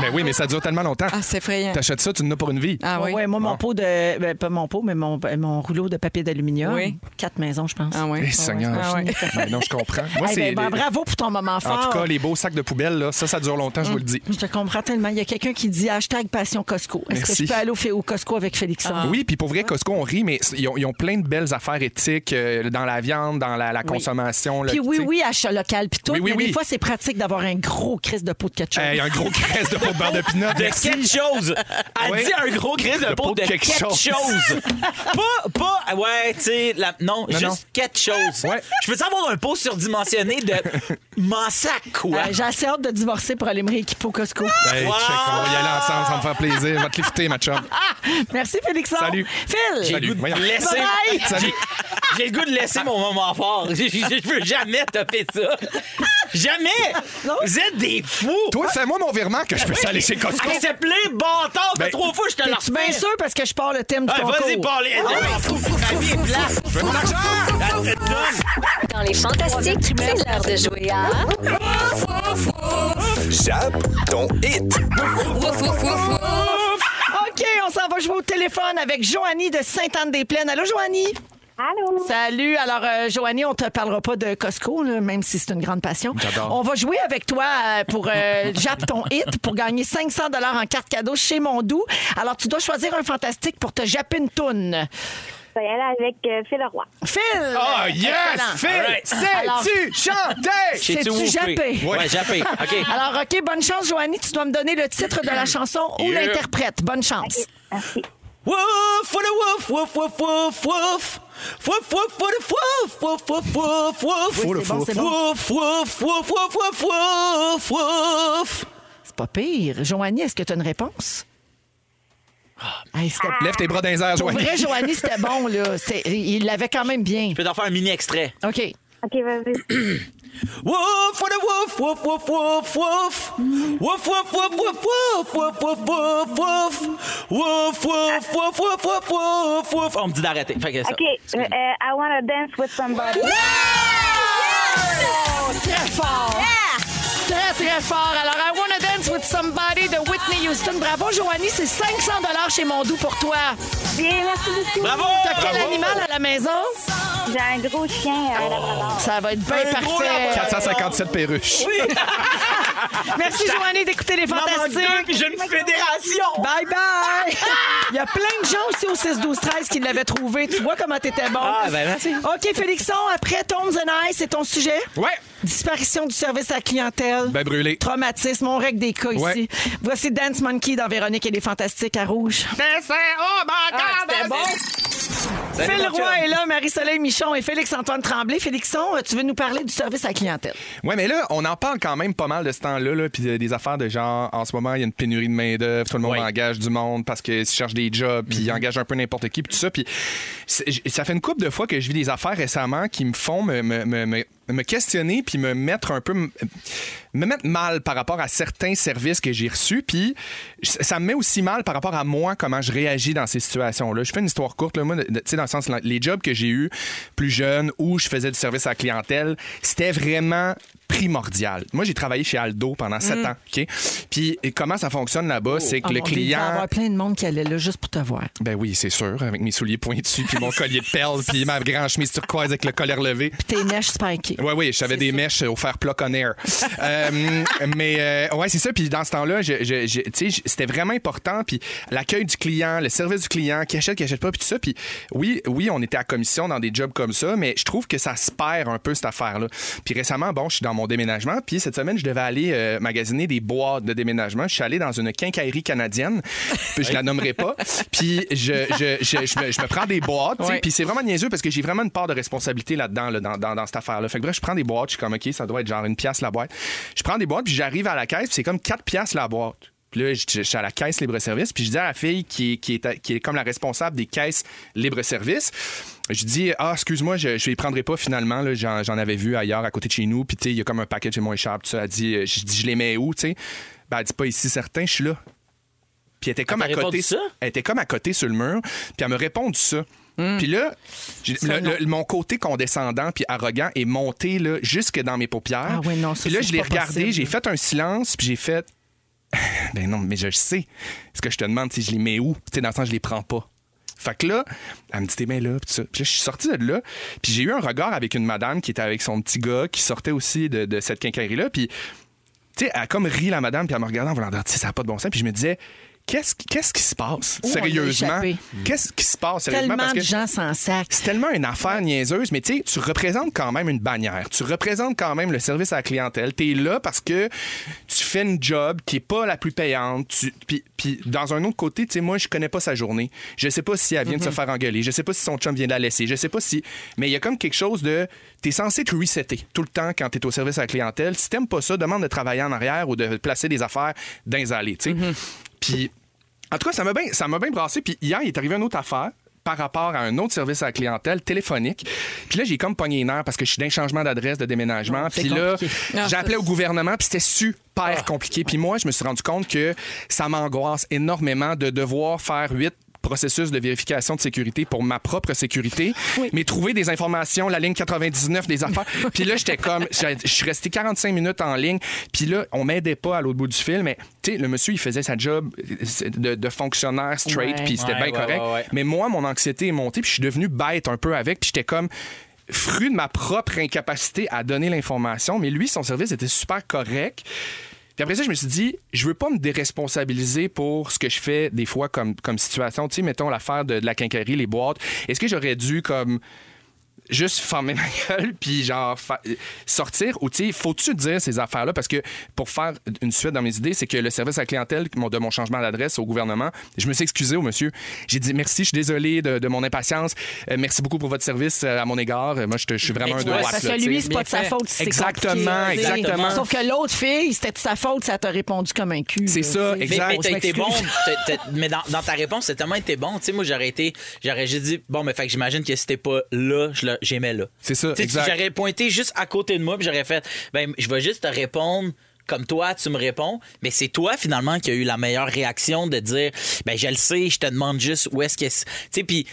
ben oui, mais ça dure tellement longtemps.
Ah, c'est effrayant.
T'achètes ça, tu n'as pour une vie.
Ah oui.
Ouais, ouais, moi, mon pot de. ben, pas mon pot, mais mon, mon rouleau de papier d'aluminium.
Oui.
Quatre maisons, je pense.
Ah
Eh,
ouais.
Seigneur.
Ah ouais.
Ben non, je comprends. Moi,
Eh
c'est.
ben, ben,
les-
bravo pour ton moment fort.
En tout cas, les beaux sacs de poubelle, là, ça, ça dure longtemps, je vous le dis.
Je te comprends tellement. Il y a quelqu'un qui dit hashtag passion Costco. Est-ce que
Merci.
que je
aussi.
peux aller au, Fé- au Costco avec Félix.
Oui, puis pour vrai, Costco, on rit, mais ils ont, ils ont plein de belles affaires éthiques euh, dans la viande, dans la, la consommation. là,
Puis oui,
tu sais.
oui, achat local, puis tout.
Oui, oui,
mais des
oui.
fois, c'est pratique d'avoir un gros crise de pot de ketchup.
Hey, un gros cresse de pot de beurre de pinot.
De quelque chose. Elle
Oui.
dit un gros gris de
Le
pot de quelque chose. pas, pas, ouais, tu sais, la- non,
Non,
juste
non.
quelque chose.
Ouais.
Je veux avoir un pot surdimensionné de m'en sac, quoi.
ah.
Euh, J'ai assez hâte de divorcer pour aller me rééquiper au Costco.
Hey,
Wow!
check, on va y aller ensemble, ça va me faire plaisir. Je vais te lifter, ma chum.
Merci, Félix.
Salut.
Phil.
J'ai le goût de
voyons.
laisser.
Bye bye.
Salut.
J'ai- J'ai le goût de laisser mon moment fort. Je, je- je veux jamais taper ça. Jamais!
Non.
Vous êtes des fous!
Toi, fais-moi mon virement que je peux aller chez Costco.
S'il te plaît, bâtard,
Ben,
fais trois fois, je te la
T'es-tu bien
refais.
sûr parce que Ah, je pars le thème du
Ah,
Hey,
concours?
Vas-y, parle.
Je veux mon argent.
Dans les fantastiques, c'est l'heure de jouer à...
Jappe ton hit.
OK, on s'en va jouer au téléphone avec Joanie de Sainte-Anne-des-Plaines. Allô, Joanie? Allô. Salut. Alors, euh, Joanie, on te parlera pas de Costco, là, même si c'est une grande passion.
J'adore.
On va jouer avec toi euh, pour euh, Jappe ton hit pour gagner 500 dollars en carte cadeau chez Mondou. Alors, tu dois choisir un fantastique pour te japper une toune.
Je vais y aller avec euh, Phil Roy.
Phil!
Oh, yes!
Excellent.
Phil,
Alright.
sais-tu chanter?
Sais-tu
Woofé?
japper?
Ouais, japper. OK.
Alors, OK, bonne chance, Joanie. Tu dois me donner le titre de la chanson ou
Yeah.
l'interprète. Bonne chance.
Merci.
Wouf, for the woof, woof, woof, woof, woof. Woof, woof, for the woof, woof, woof, woof, woof.
Oui, c'est bon, c'est bon.
Woof, woof, woof, woof, woof, woof, woof.
C'est pas pire. Joanie, est-ce que tu as une réponse?
Ah.
Hey, c'était-
Lève tes bras dans les airs,
Pour
Joanie.
vrai, Joanie, c'était bon, là. C'était- Il l'avait quand même bien.
Je peux t'en faire un mini extrait.
OK.
OK, vas-y.
Woof, for the woof, woof, woof, woof, woof. Woof, woof, woof, woof, woof, woof, woof, woof, woof. Woof, woof, woof, woof, woof, woof, woof. Ah, On me dit d'arrêter. Fait que ça.
OK, euh, I wanna dance with somebody.
Très fort! Très, très fort. Alors, I Wanna Dance with Somebody de Whitney Houston. Bravo, Joanie. C'est 500 chez Mondou pour toi.
Bien, merci beaucoup.
Bravo!
T'as quel animal à la maison? Oh.
J'ai un gros chien à Labrador.
Ça va être bien
Un gros
parfait.
labrador.
457 perruches.
Merci, Joanie, d'écouter les
M'en manque
fantastiques.
deux, puis j'ai une fédération.
Bye bye! Il y a plein de gens aussi au 6 12 13 qui l'avaient trouvé. Tu vois comment t'étais bon.
Ah, ben, merci.
OK, Félixon, après Tom's and I, c'est ton sujet?
Ouais.
Disparition du service à la clientèle.
Ben brûlé.
Traumatisme, on règle des cas
Ouais.
ici. Voici Dance Monkey dans Véronique et les Fantastiques à Rouge. Ah,
Salut,
Phil
mon chum.
Roy est là, Marie-Soleil Michon et Félix-Antoine Tremblay. Félixon, euh, tu veux nous parler du service à la clientèle?
Ouais, mais là, on en parle quand même pas mal de ce temps-là, là, puis euh, des affaires de genre, en ce moment, il y a une pénurie de main-d'œuvre, tout le monde
Ouais. Mm-hmm.
engage du monde parce qu'ils cherchent des jobs, puis ils engagent un peu n'importe qui, puis tout ça. Puis c'est- j- ça fait une couple de fois que je vis des affaires récemment qui me font me, me- me- me- me questionner, puis me mettre un peu. m- me mettre mal par rapport à certains services que j'ai reçus, puis j- ça me met aussi mal par rapport à moi, comment je réagis dans ces situations-là. Je fais une histoire courte, là, moi, de- de- tu sais, dans le sens, les jobs que j'ai eus plus jeune où je faisais du service à la clientèle, c'était vraiment primordial. Moi, j'ai travaillé chez Aldo pendant sept ans, OK? Puis et comment ça fonctionne là-bas, c'est que
Mm. Oh
le
mon Dieu, Il va y
client...
avoir plein de monde qui allait là juste pour te voir.
Ben oui, c'est sûr, avec mes souliers pointus, puis mon collier de perles, puis ma grande chemise turquoise avec le colère levé.
Puis tes neige spikées.
Oui, oui, j'avais des mèches au fer plat on air. Euh, mais euh, ouais, c'est ça. Puis dans ce temps-là, je, je- je- tu sais, je- c'était vraiment important. Puis l'accueil du client, le service du client, qui achète, qui achète pas, puis tout ça. Puis oui, oui, on était à commission dans des jobs comme ça, mais je trouve que ça se perd un peu cette affaire-là. Puis récemment, bon, je suis dans mon déménagement. Puis cette semaine, je devais aller euh, magasiner des boîtes de déménagement. Je suis allé dans une quincaillerie canadienne. Puis je la nommerai pas. Puis je, je, je- je me, je me prends des boîtes. tu sais,
Ouais.
Puis c'est vraiment niaiseux parce que j'ai vraiment une part de responsabilité là-dedans, là, dans, dans- dans cette affaire-là. Fait que bref, je prends des boîtes, je suis comme, OK, ça doit être genre une pièce la boîte. Je prends des boîtes, puis j'arrive à la caisse, puis c'est comme 4 pièces la boîte. Puis là, je, je suis à la caisse libre-service, puis je dis à la fille qui, est- qui est, à- qui est comme la responsable des caisses libre-service, je dis, ah, excuse-moi, je ne les prendrai pas finalement, là, j'en j'en avais vu ailleurs à côté de chez nous, puis tu sais, il y a comme un paquet chez moi écharpe, tout ça. Elle dit, euh, je dis, je les mets où, tu sais? Ben, elle dit pas ici, certain, je suis là. Puis elle était comme
t'a
à côté.
répondu ça?
Elle était comme à côté sur le mur, puis elle me répond de ça.
Hmm.
Puis là, j'ai- le- le- mon côté condescendant puis arrogant est monté là, jusque dans mes paupières.
Ah oui, non, ça,
puis là,
c'est
je l'ai
pas
regardé,
possible.
j'ai fait un silence, puis j'ai fait Ben non, mais je le sais. Ce que je te demande, si je les mets où Tu sais, dans le sens, je les prends pas. Fait que là, elle me dit tes mains là, puis tout ça. Puis là, je suis sorti de là, puis j'ai eu un regard avec une madame qui était avec son petit gars, qui sortait aussi de, de cette quincaillerie là, puis tu sais, elle a comme ri la madame, puis elle me regardait en voulant dire, tu sais, ça n'a pas de bon sens. Puis je me disais, Qu'est-ce qu'est-ce qui se passe,
on l'a
sérieusement?
échappé.
Qu'est-ce qui se passe, sérieusement?
Tellement
Parce
de
que
gens s'en sac.
c'est tellement une affaire niaiseuse, mais tu sais, tu représentes quand même une bannière. Tu représentes quand même le service à la clientèle. Tu es là parce que tu fais une job qui est pas la plus payante. Tu- Puis, puis dans un autre côté, tu sais, moi, je connais pas sa journée. Je sais pas si elle vient de se faire engueuler. Je sais pas si son chum vient de la laisser. Je sais pas si. Mais il y a comme quelque chose de. Tu es censé te resetter tout le temps quand tu es au service à la clientèle. Si t'aimes pas ça, demande de travailler en arrière ou de placer des affaires dans les allées, tu sais. Puis. En tout cas, ça m'a bien, ça m'a bien brassé. Puis hier, il est arrivé une autre affaire par rapport à un autre service à la clientèle téléphonique. Puis là, j'ai comme pogné une heure parce que je suis d'un changement d'adresse, de déménagement. Puis là, j'ai appelé au gouvernement, puis c'était
Ah.
super compliqué. Puis moi, je me suis rendu compte que ça m'angoisse énormément de devoir faire huit processus de vérification de sécurité pour ma propre sécurité, mais trouver des informations, la ligne 99 des affaires. puis là, j'étais comme, j'ai- je suis resté 45 minutes en ligne, puis là, on m'aidait pas à l'autre bout du fil, mais tu sais, le monsieur, il faisait sa job euh, de, de fonctionnaire straight,
Ouais.
puis c'était
Ouais,
bien
ouais,
correct.
ouais, ouais.
Mais moi, mon anxiété est montée, puis je suis devenu bête un peu avec, puis j'étais comme fruit de ma propre incapacité à donner l'information, mais lui, son service était super correct. Puis après ça, je me suis dit, je veux pas me déresponsabiliser pour ce que je fais des fois comme, comme situation. Tu sais, mettons l'affaire de, de la quincaillerie, les boîtes. Est-ce que j'aurais dû comme juste fermer ma gueule puis genre fa- sortir ou tu sais faut-tu dire ces affaires là parce que pour faire une suite dans mes idées c'est que le service à la clientèle mon- de mon changement d'adresse au gouvernement je me suis excusé au monsieur j'ai dit merci je suis désolé de, de mon impatience Euh, merci beaucoup pour votre service euh, à mon égard Euh, moi je te- je suis vraiment
Mais
un
tu vois,
droit
c'est
Parce que lui, c'est pas de sa faute si c'est
Exactement,
compliqué, tu sais.
exactement.
Sauf que l'autre fille, c'était de sa faute, ça t'a répondu comme un cul.
C'est
là,
ça,
tu sais.
exact.
Mais, mais
On
t'as
se
été bon.
m'excuse.
t'as- t'as- mais dans, dans ta réponse, t'as tellement été bon. Tu sais, moi, j'aurais été. J'aurais juste dit, bon, mais fait que j'imagine que si t'es pas là, je le- j'aimais là.
C'est ça,
Tu sais,
exact.
J'aurais pointé juste à côté de moi, puis j'aurais fait, ben, je vais juste te répondre. Comme toi, tu me réponds, mais c'est toi finalement qui a eu la meilleure réaction de dire, ben je le sais, je te demande juste où est-ce que, c'est- tu sais, puis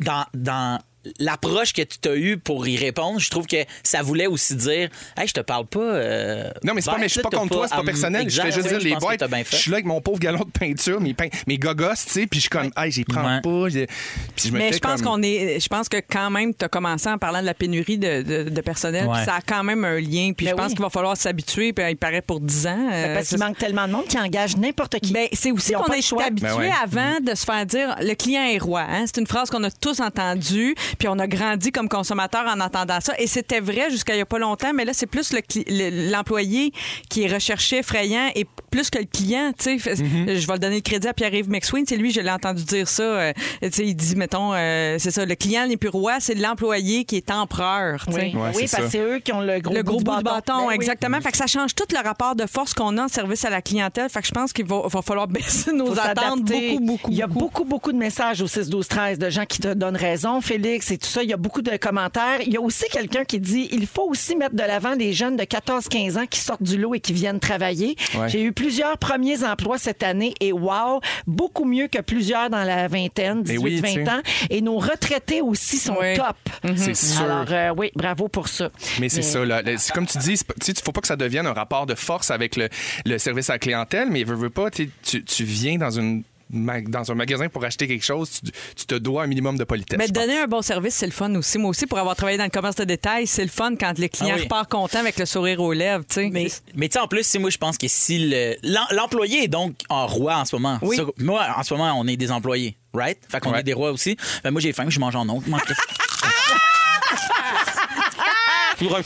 dans, dans l'approche que tu as eue pour y répondre, je trouve que ça voulait aussi dire, hey, je te parle pas. euh,
Non, mais c'est pas,
bête,
mais je suis
là,
pas
t'as
contre toi, c'est
à
pas
me-
personnel.
Exact,
je fais juste
ouais,
dire les
pense que
boîtes.
t'as bien
Je
fait.
suis là avec mon pauvre galon de peinture, mes, pein- mes gogosses, tu sais, puis je suis comme, hey, j'y prends
Ouais.
pas. j'ai- Puis je me
Mais
fais
je pense
comme-
qu'on est. Je pense que quand même, tu as commencé en parlant de la pénurie de, de- de personnel, puis
Ouais.
ça a quand même un lien. Puis
Ben
je pense
oui. Ben,
qu'il va falloir s'habituer, puis il paraît pour 10 ans. euh,
Parce qu'il
ça-
manque tellement de monde qui engage n'importe qui.
Ben, c'est aussi
Ils ont
qu'on
pas
a
de
été
choix. Mm-hmm.
habitué
Ben ouais.
avant de se faire dire le client est roi. hein. C'est une phrase qu'on a tous entendue, puis on a grandi comme consommateur en entendant ça. Et c'était vrai jusqu'à il n'y a pas longtemps, mais là, c'est plus le cli- le- l'employé qui est recherché, effrayant, et plus que le client. tu sais. Fait-
Mm-hmm.
Je vais le donner le crédit à Pierre-Yves McSween. C'est lui, je l'ai entendu dire ça. euh, tu sais, il dit, mettons, euh, c'est ça, le client n'est plus roi, c'est l'employé qui est empereur. tu sais
Oui,
Ouais,
Oui, parce
c'est
que
ça.
c'est eux qui ont le gros,
le
bout
gros
du
bout de bâton,
Ben oui.
exactement. Fait que ça change tout le rapport de force qu'on a en service à la clientèle. Fait que je pense qu'il va, va falloir baisser nos
Faut
attentes
s'adapter.
beaucoup, beaucoup.
Il y a beaucoup, beaucoup de messages au 6, 12, 13 de gens qui te donnent raison, Félix, et tout ça. Il y a beaucoup de commentaires. Il y a aussi quelqu'un qui dit il faut aussi mettre de l'avant les jeunes de 14-15 ans qui sortent du lot et qui viennent travailler.
Ouais.
J'ai eu plusieurs premiers emplois cette année et wow, beaucoup mieux que plusieurs dans la vingtaine,
Mais Ben oui,
18-20
tu sais.
ans. Et nos retraités aussi sont
Oui.
top.
C'est sûr.
Alors, euh, oui, bravo pour ça.
Mais c'est ça. Là, Le- c'est comme tu dis, c'est pas- tu ne faut pas que ça devienne un rapport de force avec le, le service à la clientèle, mais veux, veux pas, tu, sais, tu- tu viens dans une ma- dans un magasin pour acheter quelque chose, tu, tu te dois un minimum de politesse.
Mais
je pense.
donner un bon service, c'est le fun aussi. Moi aussi, pour avoir travaillé dans le commerce de détail, c'est le fun quand le client
Ah oui.
repart content avec le sourire aux lèvres. tu sais.
Mais, mais tu sais, en plus, c'est moi, je pense que si le- l'em- l'employé est donc en roi en ce moment, Ça, moi, en ce moment, on est des employés, right? Fait qu'on
Ouais.
est des rois aussi. Ben, moi, j'ai faim, je mange en oncle.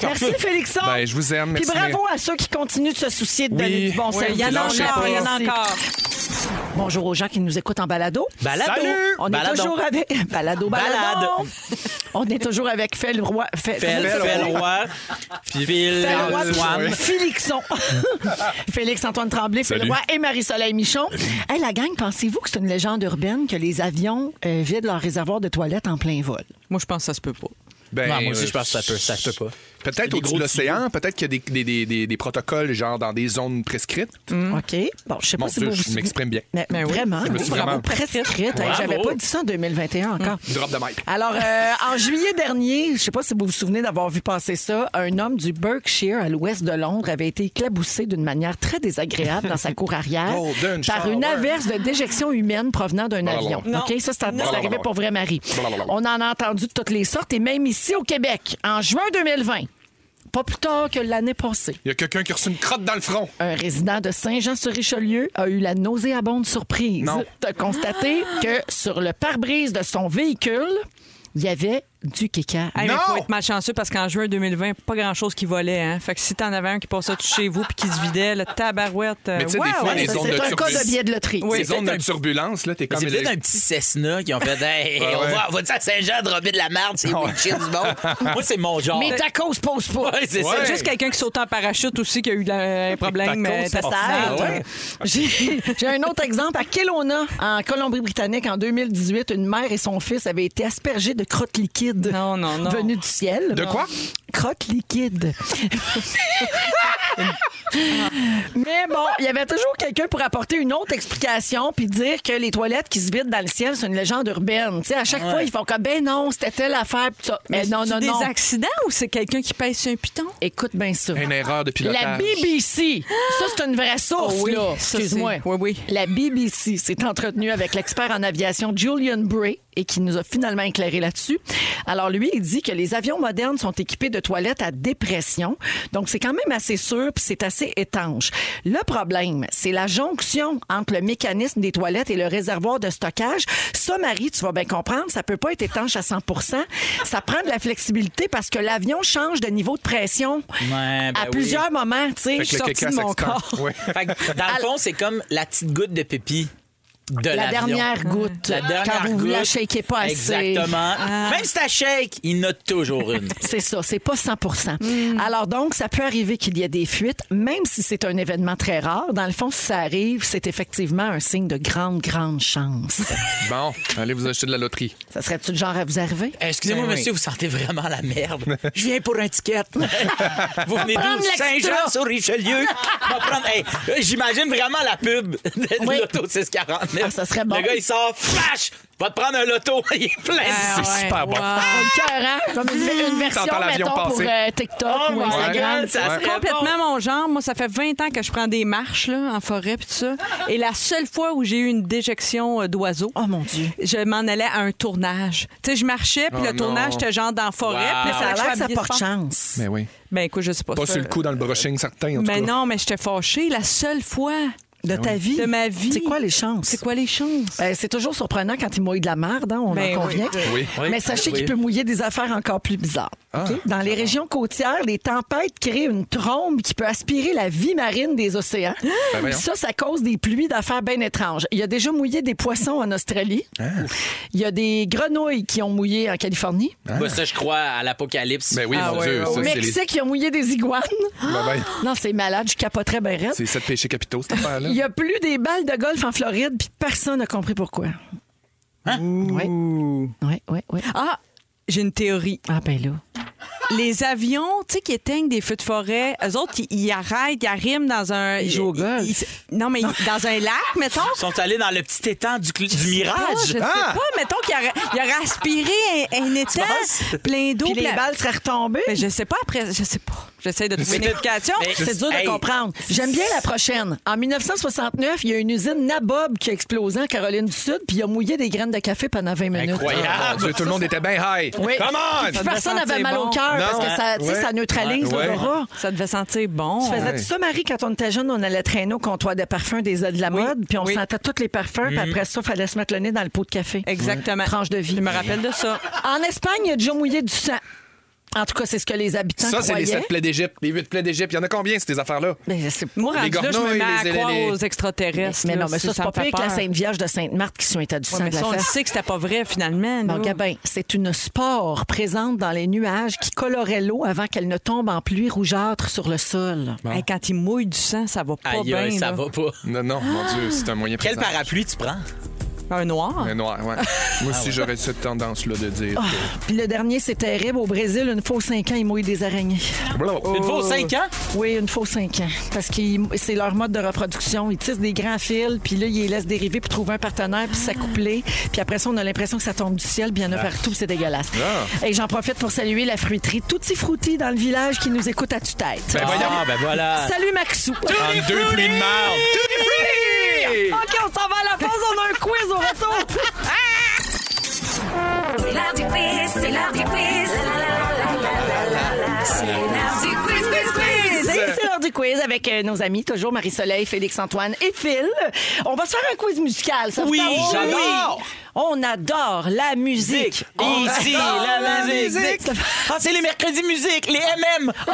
Merci, Félixon.
Ben, je vous aime.
Puis
merci.
bravo à ceux qui continuent de se soucier de
Oui.
donner du bon
Oui,
service.
il y en a
lâchez
encore,
pas.
il y en a encore.
Bonjour aux gens qui nous écoutent en balado.
Balado. Salut.
On est
Balado.
toujours avec balado balado.
Balade.
On est toujours avec Fel Roy, Fel,
Fais
Fais le
le roi. Fil
Fel Roy, puis
Antoine.
Félixon. Félix Antoine Tremblay, Fel
Salut.
Roy et Marie-Soleil Michon. Hey, la gang, pensez-vous que c'est une légende urbaine que les avions euh, vident leur réservoir de toilettes en plein vol
Moi, je pense que ça se peut pas.
Ben,
Ouais, moi aussi, je pense que ça peut-
euh,
ça se peut pas. C'est
Peut-être
des
au-dessus
gros
de l'océan, peut-être qu'il y a des, des- des- des- des protocoles, genre dans des zones prescrites.
OK. Bon, je sais pas
Mon
si
Dieu,
vous vous
je m'exprime bien.
Mais,
Mais oui.
Vraiment.
Je me suis
bravo,
vraiment-
prescrite. Hey,
Bravo.
J'avais pas dit ça en 2021 encore.
Drop de mic.
Mm. Alors, euh, en juillet dernier, je sais pas si vous vous souvenez d'avoir vu passer ça, un homme du Berkshire à l'ouest de Londres avait été éclaboussé d'une manière très désagréable dans sa cour arrière
Golden
par
shower.
une averse de déjection humaine provenant d'un
Blablabla.
avion. OK, ça, c'est
Blablabla.
arrivé pour vrai, Marie.
Blablabla.
On en a entendu de toutes les sortes et même ici au Québec, en juin 2020. Pas plus tard que l'année passée.
Il y a quelqu'un qui a reçu une crotte dans le front.
Un résident de Saint-Jean-sur-Richelieu a eu la nauséabonde surprise
Non.
de constater
Ah!
que sur le pare-brise de son véhicule, il y avait du kéka.
Hey, mais
Non!
faut être malchanceux parce qu'en juin 2020, pas grand-chose qui volait. Hein? Fait que si t'en avais un qui passait tout chez vous puis qui se vidait, le tabarouette. euh,
Mais tu sais, des
ouais,
fois,
ouais,
les
ça,
zones
c'est-
hein, C'est un
de
cas de
turbulence.
biais de loterie.
Ces
Oui,
zones de
peut-être un-
turbulence, là, t'es
Mais
comme...
c'est peut-être
les-
un petit Cessna qui ont fait Hey,
Ouais,
on
ouais.
va on va à Saint-Jean de Robin de la Marde, c'est le shit du monde. Moi, c'est mon genre.
Mais ta cause pose pas.
Ouais, c'est
Ouais.
ça.
Juste quelqu'un qui saute en parachute aussi qui a eu la- un problème.
Tacos,
euh,
c'est
testiculaire.
Ah,
Arrête.
ouais.
J'ai j'ai un autre exemple. À Kelowna, en Colombie-Britannique, en 2018, une mère et son fils avaient été aspergés de crottes liquides
Non, non, non.
venues du ciel.
De quoi?
Ah. Crottes liquides. Mais bon, il y avait toujours quelqu'un pour apporter une autre explication puis dire que les toilettes qui se vident dans le ciel, c'est une légende urbaine. Tu sais, à chaque
Ah
fois, ils font comme, ben non, c'était telle affaire. pis ça. Mais, non,
C'est
non, Euh,
des
non.
accidents ou c'est quelqu'un qui pèse sur un piton?
Écoute bien ça.
Une erreur de pilotage.
La BBC, ça c'est une vraie source
Oh oui,
là.
ça,
Excuse-moi.
c'est- oui, oui.
La BBC s'est entretenue avec l'expert en aviation Julian Bray et qui nous a finalement éclairé là-dessus. Alors lui, il dit que les avions modernes sont équipés de toilettes à dépression, donc c'est quand même assez sûr puis c'est assez étanche. Le problème, c'est la jonction entre le mécanisme des toilettes et le réservoir de stockage. Ça, Marie, tu vas bien comprendre, ça peut pas être étanche à 100 Ça prend de la flexibilité parce que l'avion change de niveau de pression
Ouais, ben
à
oui.
plusieurs moment, tu sais, je
Fait
suis
que le
sortie
caca
de mon
s'expand.
corps.
Ouais.
Fait que, dans le fond, c'est comme la petite goutte de pipi de
La
l'avion.
dernière goutte.
La dernière
Car vous
goutte.
Mm. la shakez pas assez. Ah.
Exactement. Même si t'as shake, il note toujours une.
C'est ça, c'est pas 100 Alors donc, ça peut arriver qu'il y ait des fuites, même si c'est un événement très rare. Dans le fond, si ça arrive, c'est effectivement un signe de grande, grande chance.
Bon, allez vous acheter de la loterie.
ça serait-tu le genre à vous arriver?
Euh, Excusez-moi,
Ben oui.
monsieur, vous sentez vraiment la merde. Je viens pour un ticket. vous venez
Prendre
d'où?
l'extra.
Saint-Jean sur Richelieu. Je vais prendre- Hey, euh, J'imagine vraiment la pub de
Oui.
l'auto 649.
Ah, ça serait bon.
Le gars, il sort, flash! Va te prendre un loto. il est plein.
Ah,
C'est
ouais,
super bon.
wow.
C'est le cœur, hein? Comme une, une version,
T'entends l'avion
mettons, pour
passer.
euh, TikTok
Oh
ou
my
Instagram.
God, ça
Ouais.
serait
complètement mon genre. Moi, ça fait 20 ans que je prends des marches là, en forêt puis tout ça. Et la seule fois où j'ai eu une déjection euh, d'oiseau,
Oh mon Dieu.
je m'en allais à un tournage. Tu sais, je marchais puis
Oh
le
non.
tournage était genre dans la forêt.
Wow.
Puis
Ça a
fallait
l'air
je
que ça
sois
porte
habillée sport.
chance.
Mais oui.
Ben écoute, je sais pas.
Pas
ça.
Euh,
sur le coup dans le brushing certain, en tout
Mais
cas.
non, mais j'étais fâchée. La seule fois
De ta vie.
de ma vie.
Ben C'est quoi les chances?
C'est quoi les chances?
Euh, c'est toujours surprenant quand il mouille de la marde, hein, on
Ben
en
oui.
convient.
Oui. Ah.
Mais sachez qu'il peut mouiller des affaires encore plus bizarres. OK? Dans les régions côtières, les tempêtes créent une trombe qui peut aspirer la vie marine des océans.
Ben voyons.
ça, ça cause des pluies d'affaires bien étranges. Il y a déjà mouillé des poissons en Australie.
Ah.
Il y a des grenouilles qui ont mouillé en Californie.
Moi, ça, je crois à l'apocalypse.
Ben oui,
Ah
mon
ouais,
Dieu,
ouais,
ça,
Au
c'est les-
Mexique, ils ont mouillé des iguanes.
Ben, ben,
Non, c'est malade, je capoterais bien raide.
C'est sept péchés capitaux, cette affaire-là.
Il y a plus des balles de golf en Floride, puis personne n'a compris pourquoi.
Hein?
Oui, oui, oui. oui.
Ah, j'ai une théorie.
Ah ben là.
Les avions, tu sais, qui éteignent des feux de forêt, eux autres, ils, ils arrêtent, ils arrivent dans un. Ils
jouent au golf.
non, mais ils- dans un lac, mettons.
Ils sont allés dans le petit étang du, cl- du
Ah, je
mirage.
sais
hein?
Ah!
pas, mettons qu'il aurait, il aurait aspiré un, un étang plein d'eau.
Puis les
plein-
balles seraient retombées.
Mais je sais pas après, je sais pas. J'essaie de trouver une explication.
Mais-
C'est dur de
Hey.
comprendre. J'aime bien la prochaine. En 1969, il y a une usine Nabob qui a explosé en Caroline du Sud, puis il a mouillé des graines de café pendant 20 minutes.
Mon
Incroyable.
Dieu, tout le monde était bien high.
Oui.
Come on!
Puis
devait
personne
sentir
n'avait mal
bon.
au cœur parce
Non,
que ça, tu sais,
ouais.
ça neutralise
Ouais.
l'odorat.
Ça devait sentir bon.
Tu faisais tout ça, Marie, quand on était jeune, on allait traîner au comptoir de parfums des de la mode, puis on
Oui.
sentait tous les parfums, puis après ça, il fallait se mettre le nez dans le pot de café.
Exactement.
Tranche de vie.
Je me rappelle de ça.
En Espagne, il y a déjà mouillé du sang. En tout cas, c'est ce que les habitants
Ça, c'est les
croyaient.
sept plaies d'Égypte, les huit plaies d'Égypte. Il y en a combien, ces affaires-là?
Ben, c'est-
Moi,
Les
rendu là, je me
gornoilles,
mets à
les-
croire
les-
aux extraterrestres.
Mais
là,
non, mais ça, c'est
me
pas
fait
pire que la
peur.
Sainte Vierge de Sainte-Marthe qui sont état du
Ouais,
sang
mais
de la
ça, on le
fesse.
sait que c'était pas vrai, finalement.
Bon,
là.
Gabin, c'est une spore présente dans les nuages qui colorait l'eau avant qu'elle ne tombe en pluie rougeâtre sur le sol.
Hey, quand il mouille du sang, ça va pas
Aïe,
bien.
aïe, ça
là.
va pas.
Non, non, mon Dieu, c'est un moyen
Quel
présent.
parapluie tu prends?
Un noir.
Mais noir, ouais. Moi aussi, j'aurais cette tendance-là de dire.
Puis le dernier, c'est terrible. Au Brésil, une fois aux cinq ans, ils mouillent des araignées.
Blablabla.
Oh.
Une fois aux 5 ans?
Oui, une fois aux cinq ans. Parce que c'est leur mode de reproduction. Ils tissent des grands fils, puis là, ils les laissent dériver, puis trouver un partenaire, puis s'accoupler. Puis après ça, on a l'impression que ça tombe du ciel, puis il y en a partout, puis c'est dégueulasse. Et j'en profite pour saluer la fruiterie Tutti Frutti dans le village qui nous écoute à tue-tête.
Ben voyons.
Ah, ben voilà.
Salut Maxou!
En deux pluies de marde.
OK, on s'en va à la pause, on a un quiz au retour!
C'est l'heure du quiz, c'est l'heure du quiz. La, la, la, la, la, la, la, la. C'est l'heure du quiz.
avec euh, nos amis, toujours Marie-Soleil, Félix-Antoine et Phil. On va se faire un quiz musical. Ça vous
Oui,
tente?
j'adore.
Oui. On adore la musique. On
Ici,
adore
la musique.
Ça fait-
Ah, c'est les mercredis musique, les MM. Oh,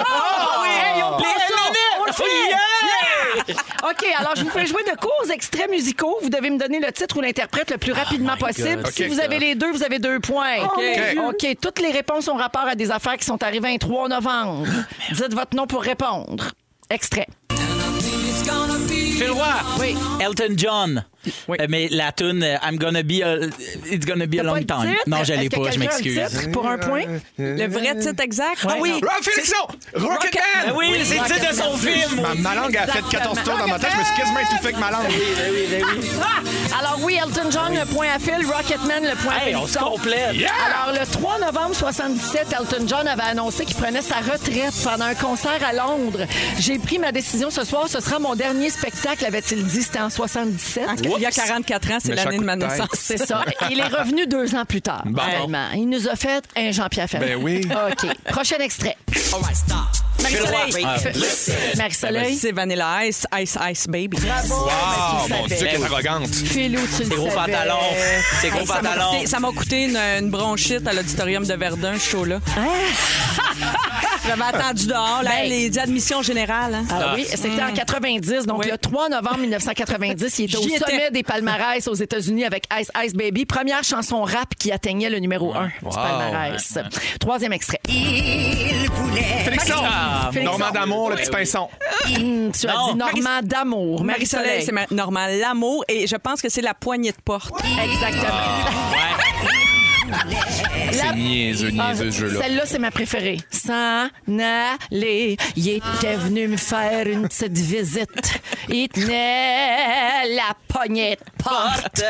oui,
hey, on prend
les
ça.
MM.
On le fait.
Yeah!
OK, alors je vous fais jouer de courts extraits musicaux. Vous devez me donner le titre ou l'interprète le plus rapidement
Ah, my
possible.
God, Oh,
Si
OK.
vous avez les deux, vous avez deux points.
OK.
OK, toutes les réponses ont rapport à des affaires qui sont arrivées un 3
Ah,
novembre. Dites votre nom pour répondre. Extrait.
Phil Roy. Elton John.
Oui.
Euh, mais la tune I'm gonna be a, it's gonna be a
T'as pas
long
le
time.
titre?
Non, j'allais
Est-ce que
pas, je
quelqu'un a le
m'excuse.
titre Pour un point.
Euh,
Le vrai titre exact? Ah oui!
Rob Félixon!
Ben
Rocketman!
oui, c'est le titre de son film.
Ma, ma langue a fait 14 tours dans ma tête, je me suis quasiment étouffé avec ma langue.
Ah!
euh,
Alors oui, Elton John, le point à Phil. Rocketman, le point à
Hey, on se
Félixon.
complète.
Alors, le 3 novembre 77, Elton John avait annoncé qu'il prenait sa retraite pendant un concert à Londres. J'ai pris ma décision ce soir, ce sera mon dernier spectacle, avait-il dit, c'était en 77.
Il y a 44 ans, c'est
Mais
l'année de ma
chaque coup de tête.
naissance.
C'est ça. Il est revenu deux ans plus tard.
Bon.
Vraiment. Il nous a fait un Jean-Pierre Ferland.
Ben oui.
OK. Prochain extrait.
Marie-Soleil.
Marie-Soleil.
Ben,
C'est Vanilla Ice, Ice Ice Baby.
Wow,
Ah,
tu le
mon Dieu,
savais.
quelle arrogante.
Philo, tu le
C'est gros
savais.
pantalon. C'est gros
Hey, ça m'a
pantalon.
coûté- Ça m'a coûté une, une bronchite à l'auditorium de Verdun, ce show-là. J'avais attendu dehors, là,
Ben.
les admissions générales. hein.
Ah oui, c'était en 90, donc
Oui.
le 3 novembre 1990, il était au
J'y étais.
sommet des palmarès aux États-Unis avec Ice Ice Baby, première chanson rap qui atteignait le numéro 1
Wow.
du palmarès. Troisième extrait.
Félixon!
Ah,
Félixon.
Normand d'amour, le petit pinson.
Hum, tu as
Non.
dit Normand d'amour.
Marie-Soleil, c'est ma- normal. L'amour, et je pense que c'est la poignée de porte.
Exactement. La-
C'est niaiseux,
Ah,
niaiseux, ce jeu-là.
Celle-là, c'est ma préférée. S'en aller, il était venu me faire une petite visite. Il tenait la poignée de porte.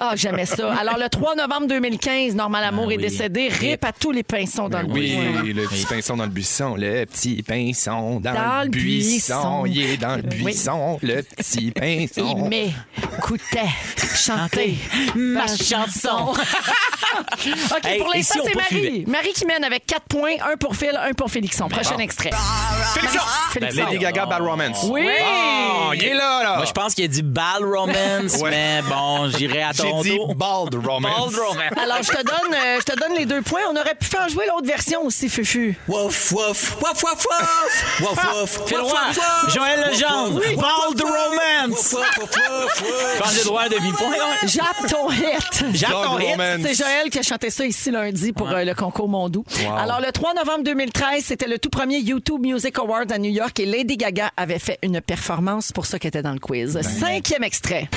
Ah, j'aimais ça. Alors, le 3 novembre 2015, Normal Amour est
oui.
décédé. Rip à tous les pinsons dans le
Ah Ben Oui,
bois.
le petit pinson dans le buisson, le petit pinson dans,
Dans le
le buisson.
buisson.
Il est dans le
Oui.
buisson, le petit pinson.
Il m'écoutait chanter
Ma chanson.
OK,
Hey,
pour
et
l'instant,
si on
c'est Marie.
poursuivait?
Marie qui mène avec 4 points, 1 pour Phil, 1 pour Félixon. Prochain extrait.
Félixon!
Ben,
Félixon.
Lady Gaga, Bad Romance.
Oui!
Oh, il est là, là!
Moi, je pense qu'il a dit Ball Romance,
Ouais.
mais bon, j'irai à
J'ai
Toronto.
dit Bald Romance.
Ball Romance.
Alors, je te donne, euh, je te donne les deux points. On aurait pu faire jouer l'autre version aussi, Fufu.
Wouf, wouf, wouf, wouf, wouf, wouf, wouf.
Phil Roy, Joël Legendre, Ball de Romance. Quand j'ai droit à un demi-point, ouais.
Jappe ton hit.
Jappe ton
Bald
hit.
Romance.
C'est Joël qui a chanté ça ici lundi pour euh, le concours Mondou. Alors, le 3 novembre 2013, c'était le tout premier YouTube Music Award à New York et Lady Gaga avait fait une performance pour ça qu'elle était dans le quiz.
Ben,
Cinquième extrait.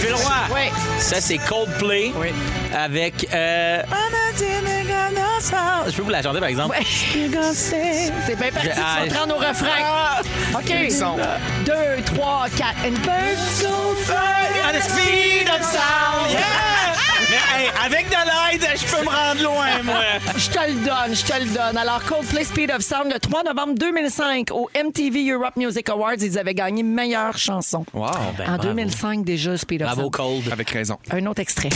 Phil Roy.
Oui.
Ça, c'est Coldplay avec. Euh... Je peux vous la chanter, par exemple?
C'est bien parti, tu vas
Ah,
te rendre au refrain. OK.
Félixon.
2, 3, 4. And birds go fly.
On the speed of sound, yeah! Mais hey, avec de l'aide, je peux me rendre loin, moi.
Je te le donne, je te le donne. Alors, Coldplay Speed of Sound, le 3 novembre 2005, au MTV Europe Music Awards, ils avaient gagné meilleure chanson.
Wow.
en
ben, bravo.
2005, déjà, Speed of
Bravo,
Sound.
Cold.
Avec raison.
Un autre extrait.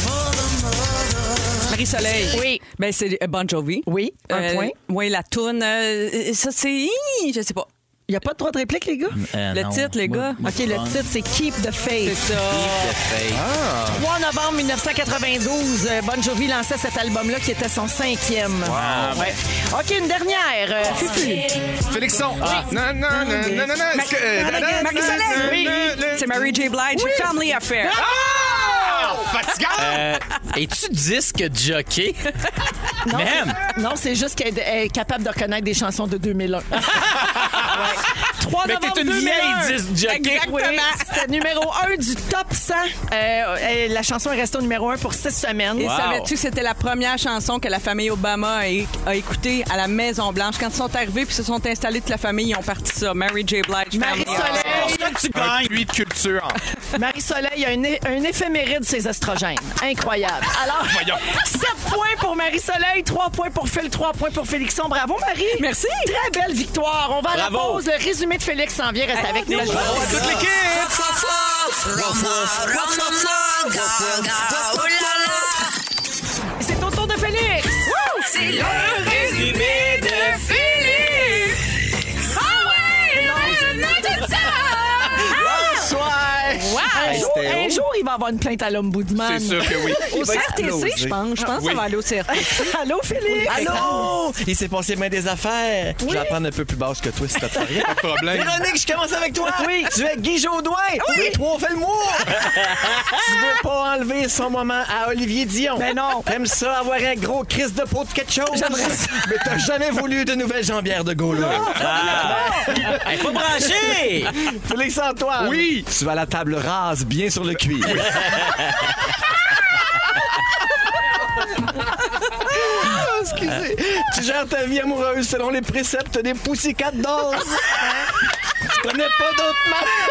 Marie-Soleil.
Oui.
Ben, c'est euh, Bon Jovi.
Oui, un
Euh,
point.
Oui, la toune. euh, ça, c'est. Hi, Je sais pas.
Il n'y a pas de droit de réplique, les gars?
Mm. Euh,
Le titre, les gars.
OK, le titre, c'est Keep the Faith.
C'est ça.
3 novembre 1992, euh, Bon Jovi lançait cet album-là qui était son cinquième. Ouais. OK, une dernière. euh, Fufu.
Félixon. Ah. Non, non, non, non, non, non. Est-ce que- euh,
Marie- Marie-Soleil.
Oui.
C'est Mary J. Blige. Family Affair.
Ah! Fatigant!
Euh, Es-tu disque jockey? Man!
Non, c'est juste qu'elle elle est capable de reconnaître des chansons de 2001. 3
Mais
novembre
t'es une
2001.
vieille disque jockey.
Oui, C'était numéro 1 du top 100. Euh, euh, la chanson est restée au numéro 1 pour 6 semaines.
Et
Wow.
savais-tu que c'était la première chanson que la famille Obama a, é- a écoutée à la Maison Blanche quand ils sont arrivés puis se sont installés toute la famille, ils ont parti ça. Mary J. Blige.
C'est
Family Affair.
pour
Marie-Soleil,
ça que tu
Un
gagnes.
puits de culture.
Marie-Soleil a un, é- un éphéméride de ses estrogènes. Incroyable. Alors, 7 points pour Marie-Soleil, 3 points pour Phil, 3 points pour Félixon. Bravo, Marie.
Merci.
Très belle victoire. On va à la
Bravo.
pause. Le résumé de Félix s'en vient. Reste avec nous.
Bravo à toute l'équipe.
C'est au tour de Félix.
C'est le résumé de Philippe. Ah ouais,
avoir une plainte à l'ombudsman.
C'est sûr que oui.
Au
Il va
CRTC,
exploser.
je pense. Je pense
Oui.
que ça va aller au CRTC. Allô, Philippe?
Allô? Oh, Il s'est passé main des affaires. Je vais la prendre un peu plus basse que toi si t'as pas rien.
Pas de problème.
Véronique, je commence avec toi.
Oui.
Tu es Guy Jodoin. Oui. Trois, fais-le-moi. tu veux pas enlever son moment à Olivier Dion.
Ben non.
T'aimes ça avoir un gros crise de peau de quelque chose.
J'aimerais ça.
Mais t'as jamais voulu de nouvelles jambières de Gaulois.
Elle est pas branchée!
Félix Antoine.
Oui.
Tu as la table rase, bien sur le cuir. Excusez. Tu gères ta vie amoureuse selon les préceptes des Pussycat Dolls. tu connais pas d'autre manière.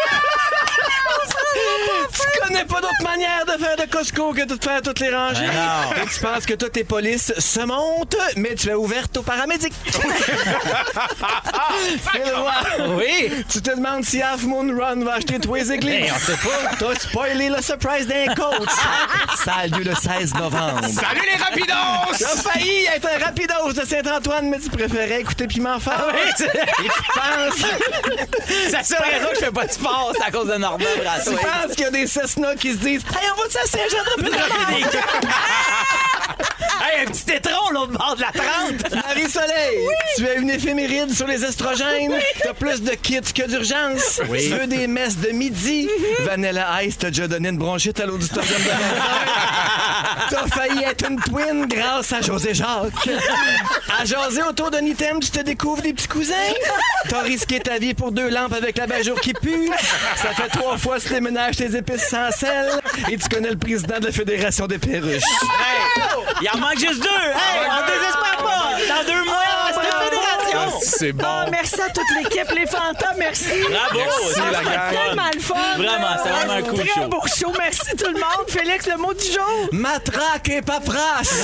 Tu connais pas d'autre manière de faire de Costco que de te faire toutes les rangées. Et tu penses que toutes tes polices se montent, mais tu es ouverte aux paramédics. C'est le roi.
Oui!
Tu te demandes si Half Moon Run va acheter tous les églises.
Hey, Ben, on sait Ah,
pas. T'as spoilé le surprise d'un coach. Ça a lieu le 16 novembre.
Salut les rapidos!
T'as failli être un rapidos de Saint-Antoine, mais tu préférais écouter Piment
Ah
Fort. Et tu penses,
Ça seule raison que je fais pas de sport, c'est à cause de Norman
tu
Brassouet.
penses qu'il y a des Cessna qui se disent Hey, on va de à Saint-Jean-de-Pied.
Hey, un petit étron, l'autre bord de la 30!
Marie Soleil, tu as une éphéméride sur les estrogènes. T'as plus de kits que d'urgence. Tu veux des messes de midi.
Mm-hmm.
Vanilla Ice t'a déjà donné une bronchite à l'auditorium de Longueuil. T'as failli être une twin grâce à José Jacques. À jaser autour d'un item, tu te découvres des petits cousins. T'as risqué ta vie pour deux lampes avec la bajour qui pue. Ça fait trois fois que tu déménages tes épices sans sel. Et tu connais le président de la Fédération des perruches.
Il en manque juste deux! Hey,
Ah,
on désespère pas! Dans deux mois, Ah, c'est la fédération!
C'est
Ah,
bon.
merci à toute l'équipe, les fantômes, merci. Ah,
Bravo!
Merci,
c'est
la
vraiment
gang.
le fun.
Tellement le fun. Ah,
Vraiment, c'est vraiment un cool
Très
show.
beau show. Merci tout le monde. Félix, le mot du jour.
Matraque et paperasse!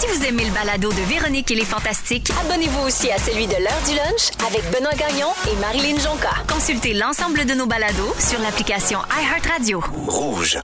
Si vous aimez le balado de Véronique et les Fantastiques,
Abonnez-vous aussi à celui de l'heure du lunch avec Benoît Gagnon et Marilyn Jonca.
consultez l'ensemble de nos balados sur l'application iHeartRadio.
Rouge.